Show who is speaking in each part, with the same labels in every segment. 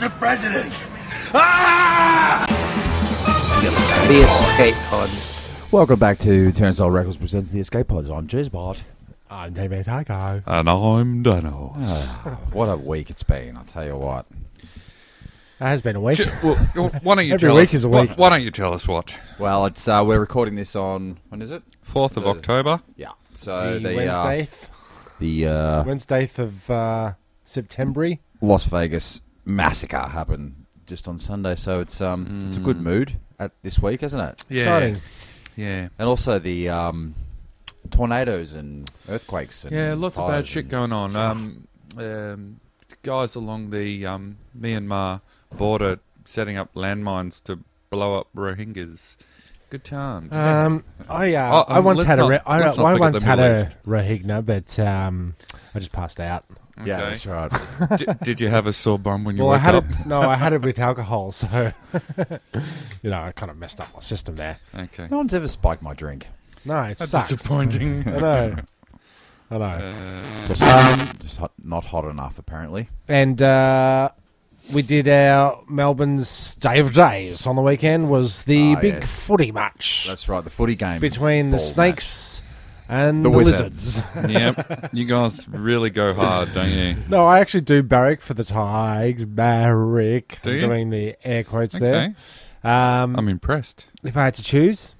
Speaker 1: president! Ah!
Speaker 2: The escape pod.
Speaker 3: Welcome back to Turnstile Records presents the Escape Pods. I'm Jizzbot.
Speaker 4: I'm David Taco.
Speaker 5: And I'm Danos.
Speaker 3: What a week it's been! I'll tell you what.
Speaker 4: That has been a week.
Speaker 5: well, why don't you
Speaker 4: Every
Speaker 5: tell
Speaker 4: week
Speaker 5: us?
Speaker 4: is a
Speaker 5: why-
Speaker 4: week.
Speaker 5: Why, don't you tell us what?
Speaker 3: Well, it's uh, we're recording this on when is it?
Speaker 5: Fourth of
Speaker 3: The-
Speaker 5: October.
Speaker 3: Yeah. So the
Speaker 4: Wednesday,
Speaker 3: uh, the uh,
Speaker 4: Wednesday of uh, September.
Speaker 3: Las Vegas massacre happened just on Sunday, so it's um it's a good
Speaker 5: Mm.
Speaker 3: mood at this week, isn't it?
Speaker 5: Yeah,
Speaker 4: Exciting.
Speaker 5: yeah,
Speaker 3: And also the um tornadoes and earthquakes. And
Speaker 5: yeah. Lots of bad
Speaker 3: fires
Speaker 5: shit
Speaker 3: and-
Speaker 5: going on. Um, um, guys along the um, Myanmar border setting up landmines to blow up Rohingyas. Good times.
Speaker 4: Um, I, uh,
Speaker 5: Oh,
Speaker 4: I
Speaker 5: um,
Speaker 4: once
Speaker 5: let's
Speaker 4: had a
Speaker 5: not-
Speaker 4: re- I,
Speaker 5: let's not
Speaker 4: I
Speaker 5: forget
Speaker 4: once
Speaker 5: the
Speaker 4: had
Speaker 5: Middle
Speaker 4: a
Speaker 5: East.
Speaker 4: Rohingya, but um, I just passed out.
Speaker 5: okay.
Speaker 3: Yeah, that's right.
Speaker 5: D- did you have a sore bum when you
Speaker 4: Well, I
Speaker 5: woke
Speaker 4: had
Speaker 5: up?
Speaker 4: it. No, I had it with alcohol, so you know I kind of messed up my system there.
Speaker 5: Okay.
Speaker 3: no one's ever spiked my drink.
Speaker 4: No, it
Speaker 5: That's
Speaker 4: sucks.
Speaker 5: disappointing.
Speaker 4: I know. I know.
Speaker 5: Uh,
Speaker 3: Just, um, just hot, not hot enough apparently.
Speaker 4: and uh, we did our Melbourne's Day of Days on the weekend. Was the
Speaker 3: Ah,
Speaker 4: big
Speaker 3: yes.
Speaker 4: footy match
Speaker 3: That's right. The footy game
Speaker 4: between the
Speaker 3: Ball
Speaker 4: snakes and
Speaker 3: The
Speaker 4: the,
Speaker 3: Wizards.
Speaker 4: lizards?
Speaker 5: yep. You guys really go hard, don't you?
Speaker 4: No, I actually do barrack for the Tigers. Barrack.
Speaker 5: Do
Speaker 4: I'm
Speaker 5: you?
Speaker 4: Doing the air quotes
Speaker 5: Okay.
Speaker 4: there. Um,
Speaker 5: I'm impressed.
Speaker 4: if I had to choose,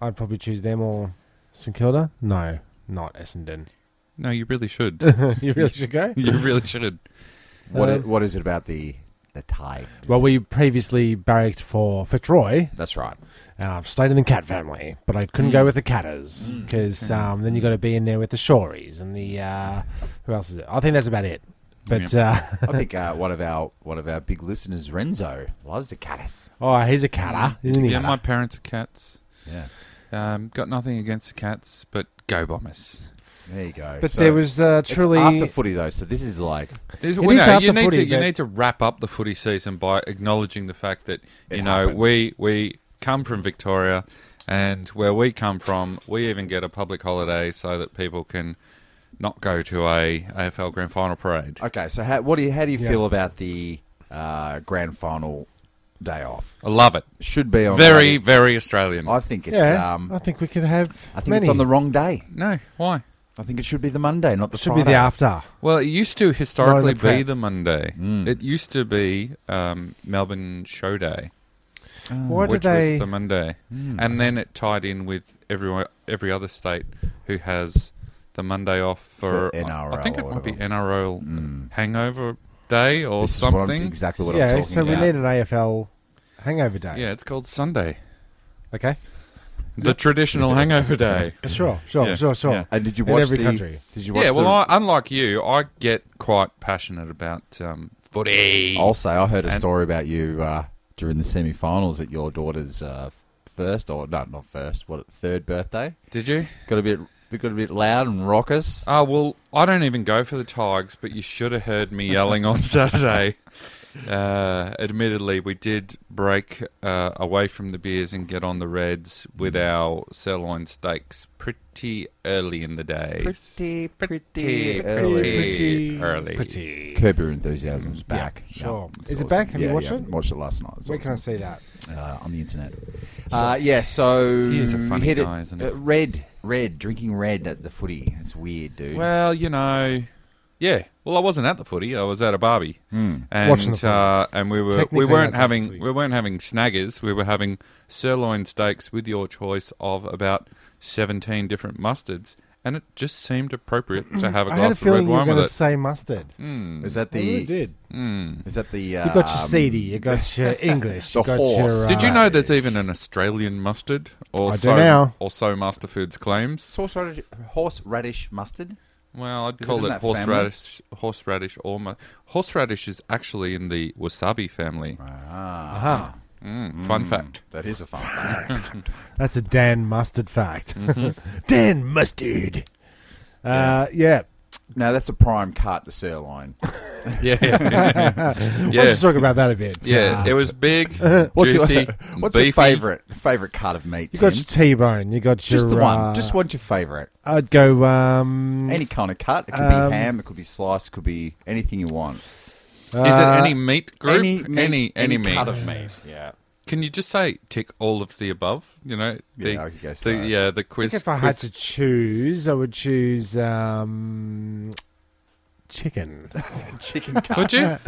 Speaker 4: I'd probably choose them or St Kilda. No, not Essendon.
Speaker 5: No, you really should.
Speaker 4: you really should go.
Speaker 5: you really should.
Speaker 3: What
Speaker 4: Uh,
Speaker 3: i- what is it about the the Tigers?
Speaker 4: Well, we previously barracked for Fitzroy,
Speaker 3: that's right.
Speaker 4: and I've stayed in the cat family, but I couldn't
Speaker 5: Mm.
Speaker 4: go with the catters because um, then you got to be in there with the Shoreys and the uh, who else is it? I think that's about it. But uh,
Speaker 3: I think uh, one of our one of our big listeners, Renzo, loves the caddis.
Speaker 4: oh, he's a catter, isn't he?
Speaker 5: Yeah, my parents are cats.
Speaker 3: Yeah,
Speaker 5: Um, got nothing against the cats, but go bombers.
Speaker 3: there you go.
Speaker 4: but
Speaker 3: So
Speaker 4: there was uh,
Speaker 3: it's
Speaker 4: truly
Speaker 3: after footy though, so this is like
Speaker 5: There's,
Speaker 4: It
Speaker 5: well,
Speaker 4: is
Speaker 5: no,
Speaker 4: after
Speaker 5: you need
Speaker 4: footy,
Speaker 5: to you
Speaker 4: but-
Speaker 5: need to wrap up the footy season by acknowledging the fact that
Speaker 3: It
Speaker 5: you know
Speaker 3: happened.
Speaker 5: we we come from Victoria, and where we come from, we even get a public holiday so that people can not go to a AFL Grand Final parade.
Speaker 3: okay. So how, what do you how do you
Speaker 4: Yeah.
Speaker 3: feel about the uh, grand final day off?
Speaker 5: I love it.
Speaker 3: Should be on
Speaker 5: Very very Australian.
Speaker 3: I think it's
Speaker 4: yeah,
Speaker 3: um.
Speaker 4: I think we could have.
Speaker 3: I think
Speaker 4: many.
Speaker 3: it's on the wrong day.
Speaker 5: no, why?
Speaker 3: I think it should be the Monday, not the
Speaker 4: It should
Speaker 3: Friday.
Speaker 4: be the after.
Speaker 5: Well, it used to historically be
Speaker 4: prep.
Speaker 5: the Monday.
Speaker 4: Mm.
Speaker 5: It used to be um, Melbourne Show Day.
Speaker 3: Mm.
Speaker 4: Why do
Speaker 5: which
Speaker 4: they?
Speaker 5: was the Monday,
Speaker 3: Hmm.
Speaker 5: and then it tied in with every every other state who has the Monday off for,
Speaker 3: For NRL
Speaker 5: I think it
Speaker 3: or
Speaker 5: might be
Speaker 3: whatever. Hmm.
Speaker 5: NRL Hangover Day or
Speaker 3: This is what I'm-
Speaker 5: something.
Speaker 3: exactly what I'm
Speaker 4: yeah,
Speaker 3: talking
Speaker 4: so
Speaker 3: about.
Speaker 4: we need an AFL hangover day.
Speaker 5: Yeah, it's called Sunday,
Speaker 4: Okay.
Speaker 5: the traditional Hangover Day.
Speaker 4: Sure. Sure.
Speaker 5: Yeah,
Speaker 4: Sure. Sure.
Speaker 5: yeah.
Speaker 3: And did you
Speaker 4: In
Speaker 3: watch
Speaker 4: every
Speaker 3: the?
Speaker 4: country.
Speaker 3: Did you watch
Speaker 5: yeah, well,
Speaker 3: the-
Speaker 5: I, unlike you, I get quite passionate about um, footy.
Speaker 3: I'll say I heard a
Speaker 5: And-
Speaker 3: story about you uh, during the semi-finals at your daughter's uh, first or no, not first, what third birthday.
Speaker 5: Did you?
Speaker 3: Got a bit, got a bit loud and raucous.
Speaker 5: Ah, well, I don't even go for the Tigers, but you should have heard me yelling on Saturday. Uh, admittedly, we did break uh, away from the beers and get on the Reds with our sirloin steaks pretty early in the day.
Speaker 3: Pretty, pretty,
Speaker 5: pretty,
Speaker 3: early.
Speaker 5: pretty early.
Speaker 4: Pretty.
Speaker 3: Curb Your Enthusiasm's back.
Speaker 4: sure.
Speaker 3: it's
Speaker 4: Is it back? Have you
Speaker 3: Yeah,
Speaker 4: watched
Speaker 3: yeah,
Speaker 4: it?
Speaker 3: Watched it last night. It's
Speaker 4: Where can I
Speaker 3: awesome.
Speaker 4: see that?
Speaker 3: Uh, on the internet. Uh, yeah. So
Speaker 5: He is a funny
Speaker 3: hit
Speaker 5: guy,
Speaker 3: it,
Speaker 5: isn't he?
Speaker 3: uh, Red, red, drinking red at the footy. It's weird, dude.
Speaker 5: Well, you know, yeah. Well, I wasn't at the footy. I was at a barbie, and
Speaker 4: Watching the footy.
Speaker 5: uh, and we were
Speaker 4: Technically,
Speaker 5: we weren't
Speaker 4: that's at the
Speaker 5: having
Speaker 4: footy.
Speaker 5: we weren't having snaggers. We were having sirloin steaks with your choice of about seventeen different mustards, and it just seemed appropriate to have a
Speaker 4: I had a
Speaker 5: glass of red
Speaker 4: feeling you were
Speaker 5: wine
Speaker 4: going
Speaker 5: with
Speaker 4: to
Speaker 5: it.
Speaker 4: say mustard.
Speaker 3: is that
Speaker 4: I really
Speaker 3: the?
Speaker 4: did.
Speaker 3: is that the? Mm. Um,
Speaker 4: oh, You got your CD, you got your English, you
Speaker 3: the
Speaker 4: got
Speaker 3: horse.
Speaker 4: your. Uh,
Speaker 5: Did you know there's even an Australian mustard? Or
Speaker 4: I do
Speaker 5: so,
Speaker 4: now.
Speaker 5: Or so Master Foods claims.
Speaker 3: Sauce radish, horseradish mustard.
Speaker 5: Well, I'd
Speaker 3: Is it
Speaker 5: call
Speaker 3: in
Speaker 5: it,
Speaker 3: that family?
Speaker 5: horseradish. Horseradish or mu- horseradish is actually in the wasabi family.
Speaker 4: Aha.
Speaker 5: Mm, fun fact.
Speaker 3: That is a fun fact.
Speaker 4: That's a Dan Mustard fact.
Speaker 3: Mm-hmm.
Speaker 4: Dan Mustard. Uh, yeah.
Speaker 3: now that's a prime cut, the sirloin.
Speaker 5: Yeah.
Speaker 4: Let's
Speaker 5: yeah.
Speaker 4: just talk about that a bit.
Speaker 5: Yeah,
Speaker 4: Uh,
Speaker 5: it was big,
Speaker 3: What's
Speaker 5: juicy,
Speaker 3: your, what's
Speaker 5: beefy.
Speaker 3: your favorite favorite cut of meat?
Speaker 4: you got
Speaker 3: Tim?
Speaker 4: your T-bone. You got your.
Speaker 3: Just the
Speaker 4: uh,
Speaker 3: one. Just what's your favourite?
Speaker 4: I'd go. Um,
Speaker 3: Any kind of cut. It could
Speaker 4: Um,
Speaker 3: be ham. It could be sliced. It could be anything you want.
Speaker 5: Is it
Speaker 4: Uh,
Speaker 5: any meat group?
Speaker 3: Any meat,
Speaker 5: any, any meat.
Speaker 3: cut of meat. Yeah.
Speaker 5: Can you just say tick all of the above? You know, the,
Speaker 3: Yeah, I guess
Speaker 5: the,
Speaker 3: so.
Speaker 5: yeah, the
Speaker 4: I
Speaker 5: quiz.
Speaker 4: think if I had to choose, I would choose um, chicken.
Speaker 3: Chicken cut.
Speaker 5: would you?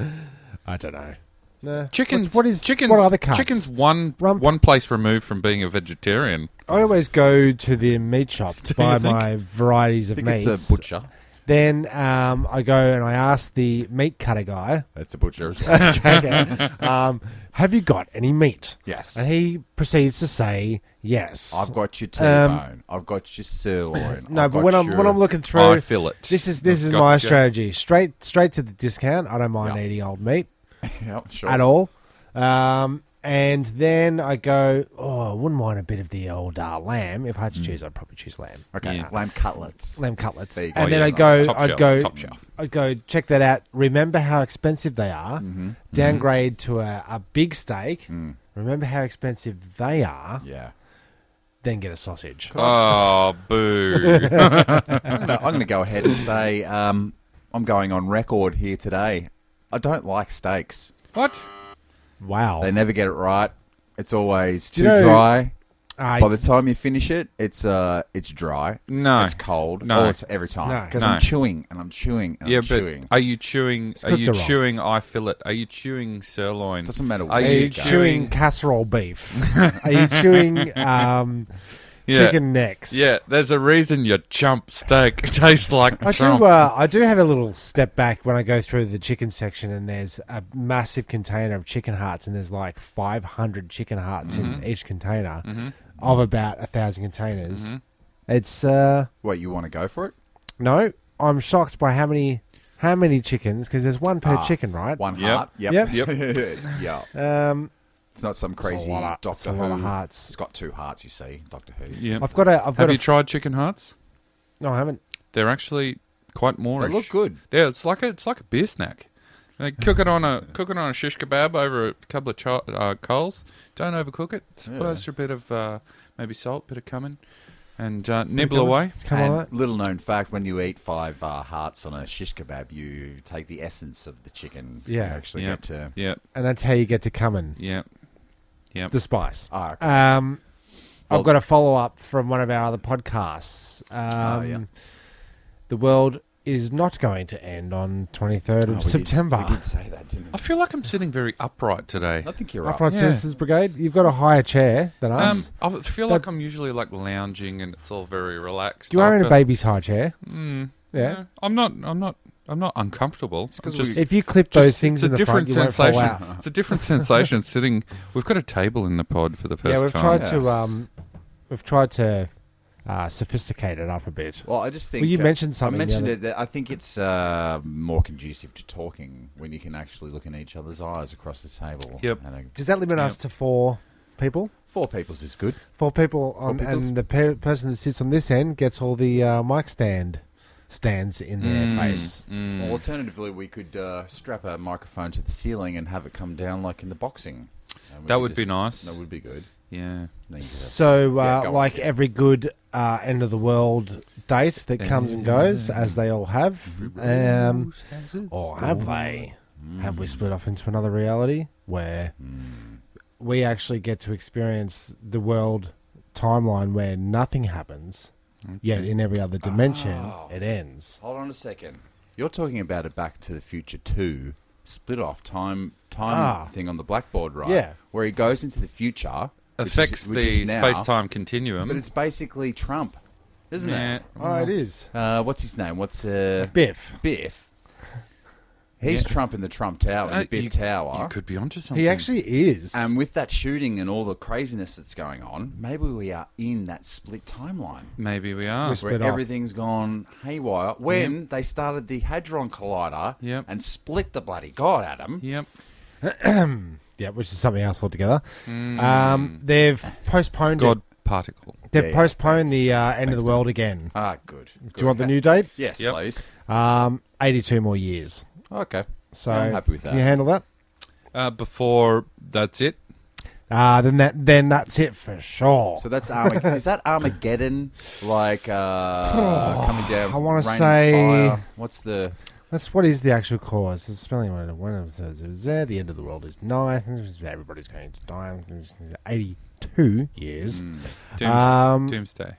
Speaker 4: I don't know. Nah.
Speaker 5: Chickens.
Speaker 4: What's- What is
Speaker 5: chickens?
Speaker 4: What are the cuts?
Speaker 5: Chickens. One
Speaker 4: Rump.
Speaker 5: one place removed from being a vegetarian.
Speaker 4: I always go to the meat shop to
Speaker 5: Do you
Speaker 4: buy
Speaker 5: think-
Speaker 4: my varieties
Speaker 3: I
Speaker 4: of
Speaker 3: think
Speaker 4: meats.
Speaker 3: it's a butcher.
Speaker 4: Then um, I go and I ask the meat cutter guy,
Speaker 3: That's a butcher as well.
Speaker 4: okay, um, "Have you got any meat?"
Speaker 3: yes.
Speaker 4: And he proceeds to say, "Yes."
Speaker 3: I've got your T-bone. I've got your sirloin.
Speaker 4: Um, no,
Speaker 3: I've
Speaker 4: but
Speaker 3: got
Speaker 4: when I'm
Speaker 3: your-
Speaker 4: when I'm looking through,
Speaker 5: I feel it.
Speaker 4: This is this
Speaker 5: I've
Speaker 4: is
Speaker 5: got
Speaker 4: my
Speaker 5: you.
Speaker 4: strategy. Straight straight to the discount. I don't mind
Speaker 3: Yeah.
Speaker 4: eating old meat
Speaker 3: Yep, sure.
Speaker 4: at all. Um, and then I go, oh, I wouldn't mind a bit of the old uh, lamb. If I had to choose, I'd probably choose lamb,
Speaker 3: Mm. Okay,
Speaker 5: Yeah.
Speaker 3: lamb cutlets.
Speaker 4: lamb cutlets.
Speaker 3: There you go.
Speaker 4: And then
Speaker 3: Oh,
Speaker 4: I
Speaker 3: yeah,
Speaker 4: go,
Speaker 5: Top
Speaker 4: I'd
Speaker 5: shelf,
Speaker 4: go,
Speaker 5: top shelf.
Speaker 4: I'd go check that out. Remember how expensive they are.
Speaker 3: Mm-hmm.
Speaker 4: Downgrade to a, a big steak.
Speaker 3: Mm.
Speaker 4: Remember how expensive they are.
Speaker 3: Yeah.
Speaker 4: Then get a sausage.
Speaker 5: Oh, boo!
Speaker 3: I'm gonna- I'm going to go ahead and say um, I'm going on record here today. I don't like steaks.
Speaker 5: what?
Speaker 4: Wow.
Speaker 3: They never get it right. It's always
Speaker 4: Do
Speaker 3: too
Speaker 4: you know-
Speaker 3: dry.
Speaker 4: I-
Speaker 3: By the time you finish it, it's uh, it's dry.
Speaker 5: No.
Speaker 3: it's cold.
Speaker 5: No.
Speaker 3: Oh, it's every time
Speaker 4: No.
Speaker 3: because
Speaker 5: No.
Speaker 3: I'm chewing and I'm chewing and
Speaker 5: yeah,
Speaker 3: I'm
Speaker 5: but
Speaker 3: chewing.
Speaker 5: are you chewing? Are
Speaker 4: cooked
Speaker 5: you
Speaker 4: wrong.
Speaker 5: chewing eye fillet? Are you chewing sirloin?
Speaker 3: Doesn't matter
Speaker 5: Are
Speaker 3: where
Speaker 4: Are
Speaker 5: you
Speaker 4: you
Speaker 3: you go.
Speaker 4: chewing casserole beef? Are you chewing um,
Speaker 5: Yeah.
Speaker 4: chicken necks?
Speaker 5: Yeah, there's a reason your chump steak tastes like
Speaker 4: I
Speaker 5: chump.
Speaker 4: do. Uh, I do have a little step back when I go through the chicken section, and there's a massive container of chicken hearts, and there's like 500 chicken hearts
Speaker 5: Mm-hmm.
Speaker 4: in each container of about a thousand containers.
Speaker 5: Mm-hmm.
Speaker 4: It's uh,
Speaker 3: What you want to go for it?
Speaker 4: no, I'm shocked by how many how many chickens because there's one
Speaker 5: Ah,
Speaker 4: per chicken, right?
Speaker 3: One
Speaker 5: Yep.
Speaker 3: heart. Yep.
Speaker 4: Yep.
Speaker 3: yeah.
Speaker 4: Um,
Speaker 3: It's not some
Speaker 4: a
Speaker 3: crazy
Speaker 4: lot of-
Speaker 3: Doctor
Speaker 4: it's a
Speaker 3: Who.
Speaker 4: lot of hearts.
Speaker 3: It's got two hearts. You see, Doctor Who.
Speaker 5: Yeah.
Speaker 4: I've got a. I've got
Speaker 5: Have
Speaker 4: a.
Speaker 5: you tried chicken hearts?
Speaker 4: no, I haven't.
Speaker 5: They're actually quite
Speaker 3: They
Speaker 5: Moorish.
Speaker 3: look good.
Speaker 5: Yeah, it's like a it's like a beer snack. They cook it on a cook it on a shish kebab over a couple of cho- uh, coals. Don't overcook it. Splash a bit of uh, maybe salt, bit of cumin, and uh, nibble
Speaker 4: Come on.
Speaker 5: away.
Speaker 4: Come on.
Speaker 3: and little known fact: when you eat five uh, hearts on a shish kebab, you take the essence of the chicken.
Speaker 4: Yeah.
Speaker 3: you actually
Speaker 5: Yeah.
Speaker 3: get to.
Speaker 5: Yeah,
Speaker 4: And that's how you get to coming.
Speaker 5: yeah, Ah. yeah.
Speaker 4: The spice.
Speaker 3: Oh, okay.
Speaker 4: Um,
Speaker 3: Well-
Speaker 4: I've got a follow up from one of our other podcasts.
Speaker 5: Ah,
Speaker 4: Um,
Speaker 3: Oh, yeah.
Speaker 4: The world is not going to end on 23rd of
Speaker 3: Oh, we did-
Speaker 4: September.
Speaker 3: we did say that, didn't
Speaker 5: I
Speaker 3: we?
Speaker 5: feel like I'm sitting very upright today.
Speaker 3: I think you're
Speaker 4: Upright
Speaker 5: Yeah.
Speaker 4: Citizens Brigade, you've got a higher chair than
Speaker 5: Um,
Speaker 4: us.
Speaker 5: I feel like I'm usually like lounging and it's all very relaxed.
Speaker 4: you are in a
Speaker 5: I-
Speaker 4: baby's high chair.
Speaker 5: Mm,
Speaker 4: Yeah.
Speaker 5: I'm not. I'm not. I'm not uncomfortable. I'm
Speaker 3: 'cause
Speaker 5: just-
Speaker 4: If you clip
Speaker 5: Just-
Speaker 4: those things
Speaker 5: it's a
Speaker 4: in the
Speaker 5: different
Speaker 4: front, you won't fall
Speaker 5: sensation.
Speaker 4: out.
Speaker 5: It's a different sensation sitting. We've got a table in the pod for the first
Speaker 4: Yeah, we've
Speaker 5: time.
Speaker 4: tried
Speaker 3: time.
Speaker 4: to um, we've tried to uh, sophisticate it up a bit.
Speaker 3: Well, I just think
Speaker 4: Well, you
Speaker 3: uh,
Speaker 4: mentioned something
Speaker 3: I mentioned
Speaker 4: the
Speaker 3: it. That I think it's uh, more conducive to talking when you can actually look in each other's eyes across the table.
Speaker 5: Yep.
Speaker 3: And, uh,
Speaker 4: Does that limit
Speaker 5: Yeah.
Speaker 4: us to four people?
Speaker 3: four people's is good.
Speaker 4: Four people on,
Speaker 3: peoples.
Speaker 4: and the per- person that sits on this end gets all the uh, mic stand stands in their
Speaker 5: Mm,
Speaker 4: face.
Speaker 5: Hmm.
Speaker 3: Or alternatively, we could uh, strap a microphone to the ceiling and have it come down like in the boxing. And we
Speaker 5: That
Speaker 3: could
Speaker 5: would be nice.
Speaker 3: That would be good.
Speaker 5: Yeah.
Speaker 3: Then you could have-
Speaker 4: So,
Speaker 3: Yeah,
Speaker 4: uh,
Speaker 3: go on,
Speaker 4: like
Speaker 3: kid.
Speaker 4: every good uh, end of the world date that comes and goes, as they all have, um, or have they?
Speaker 3: hmm.
Speaker 4: Have we split off into another reality where we actually get to experience the world timeline where nothing happens, yet in every other dimension
Speaker 3: Oh.
Speaker 4: it ends?
Speaker 3: Hold on a second. You're talking about a Back to the Future 2 split off time time
Speaker 4: Ah.
Speaker 3: thing on the blackboard, right?
Speaker 4: Yeah.
Speaker 3: Where he goes into the future. which is-
Speaker 5: Affects
Speaker 3: which
Speaker 5: the
Speaker 3: is now,
Speaker 5: space time continuum.
Speaker 3: But it's basically Trump, isn't
Speaker 5: Nah.
Speaker 3: it?
Speaker 4: Oh, it is.
Speaker 3: Uh, what's his name? What's uh,
Speaker 4: Biff.
Speaker 3: Biff? He's
Speaker 5: Yeah.
Speaker 3: Trump in the Trump Tower, in
Speaker 5: Uh,
Speaker 3: the Biff
Speaker 5: you- You
Speaker 3: Tower.
Speaker 5: could be onto something.
Speaker 4: He actually is.
Speaker 3: And with that shooting and all the craziness that's going on, maybe we are in that split timeline.
Speaker 5: Maybe we are.
Speaker 4: We're
Speaker 3: where
Speaker 4: Split off.
Speaker 3: everything's gone haywire. When they started the Hadron Collider
Speaker 5: Yep.
Speaker 3: and split the bloody god atom.
Speaker 5: Yep.
Speaker 4: yeah, which is something else altogether.
Speaker 3: Hmm.
Speaker 4: Um, they've postponed. it.
Speaker 5: God particle.
Speaker 4: They've
Speaker 3: Yeah, yeah,
Speaker 4: postponed the uh, end of the world again.
Speaker 3: Ah, good.
Speaker 4: Do you want the new date?
Speaker 3: Yes,
Speaker 5: Yep.
Speaker 3: please.
Speaker 4: Um, 82 more years.
Speaker 3: Okay.
Speaker 4: So
Speaker 3: I'm happy with
Speaker 4: Can you
Speaker 3: that.
Speaker 4: handle that?
Speaker 5: Uh, before that's it.
Speaker 4: Uh, then that then that's it for sure.
Speaker 3: So that's Armageddon. is that Armageddon like uh, coming down?
Speaker 4: I wanna
Speaker 3: rain and
Speaker 4: say-
Speaker 3: fire? what's the
Speaker 4: That's what is the actual cause. It's spelling one of one of those. It was there. The end of the world is nigh. Everybody's going to die. Eighty-two years.
Speaker 5: Mm. Dooms-
Speaker 4: Um,
Speaker 5: Doomsday.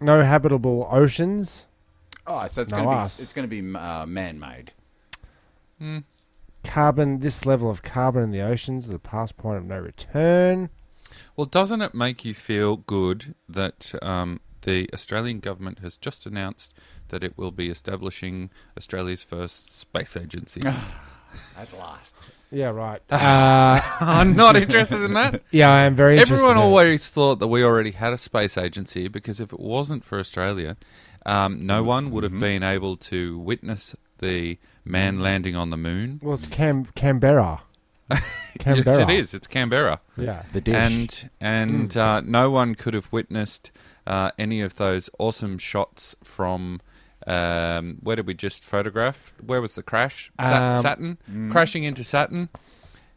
Speaker 4: No habitable oceans.
Speaker 3: Oh, so it's
Speaker 4: No
Speaker 3: going to be
Speaker 4: us.
Speaker 3: it's going to be uh, man-made.
Speaker 5: Mm.
Speaker 4: Carbon. This level of carbon in the oceans. The past point of no return.
Speaker 5: Well, doesn't it make you feel good that um, the Australian government has just announced that it will be establishing Australia's first space agency?
Speaker 3: At last.
Speaker 4: Yeah. Right.
Speaker 5: I'm not interested in that.
Speaker 4: Uh, Yeah, I am very.
Speaker 5: Everyone
Speaker 4: interested in it.
Speaker 5: always thought that we already had a space agency because if it wasn't for Australia, um,
Speaker 4: Mm-hmm.
Speaker 5: no one would have been able to witness the
Speaker 4: Mm.
Speaker 5: man landing on the moon.
Speaker 4: Well, it's Cam- Canberra. Canberra.
Speaker 5: Yes, it is. It's Canberra.
Speaker 4: Yeah.
Speaker 3: The dish. Mm.
Speaker 5: And and uh, no one could have witnessed uh, any of those awesome shots from um, where did we just photograph? Where was the crash? Sa-
Speaker 4: Um,
Speaker 5: Saturn
Speaker 3: mm.
Speaker 5: crashing into Saturn.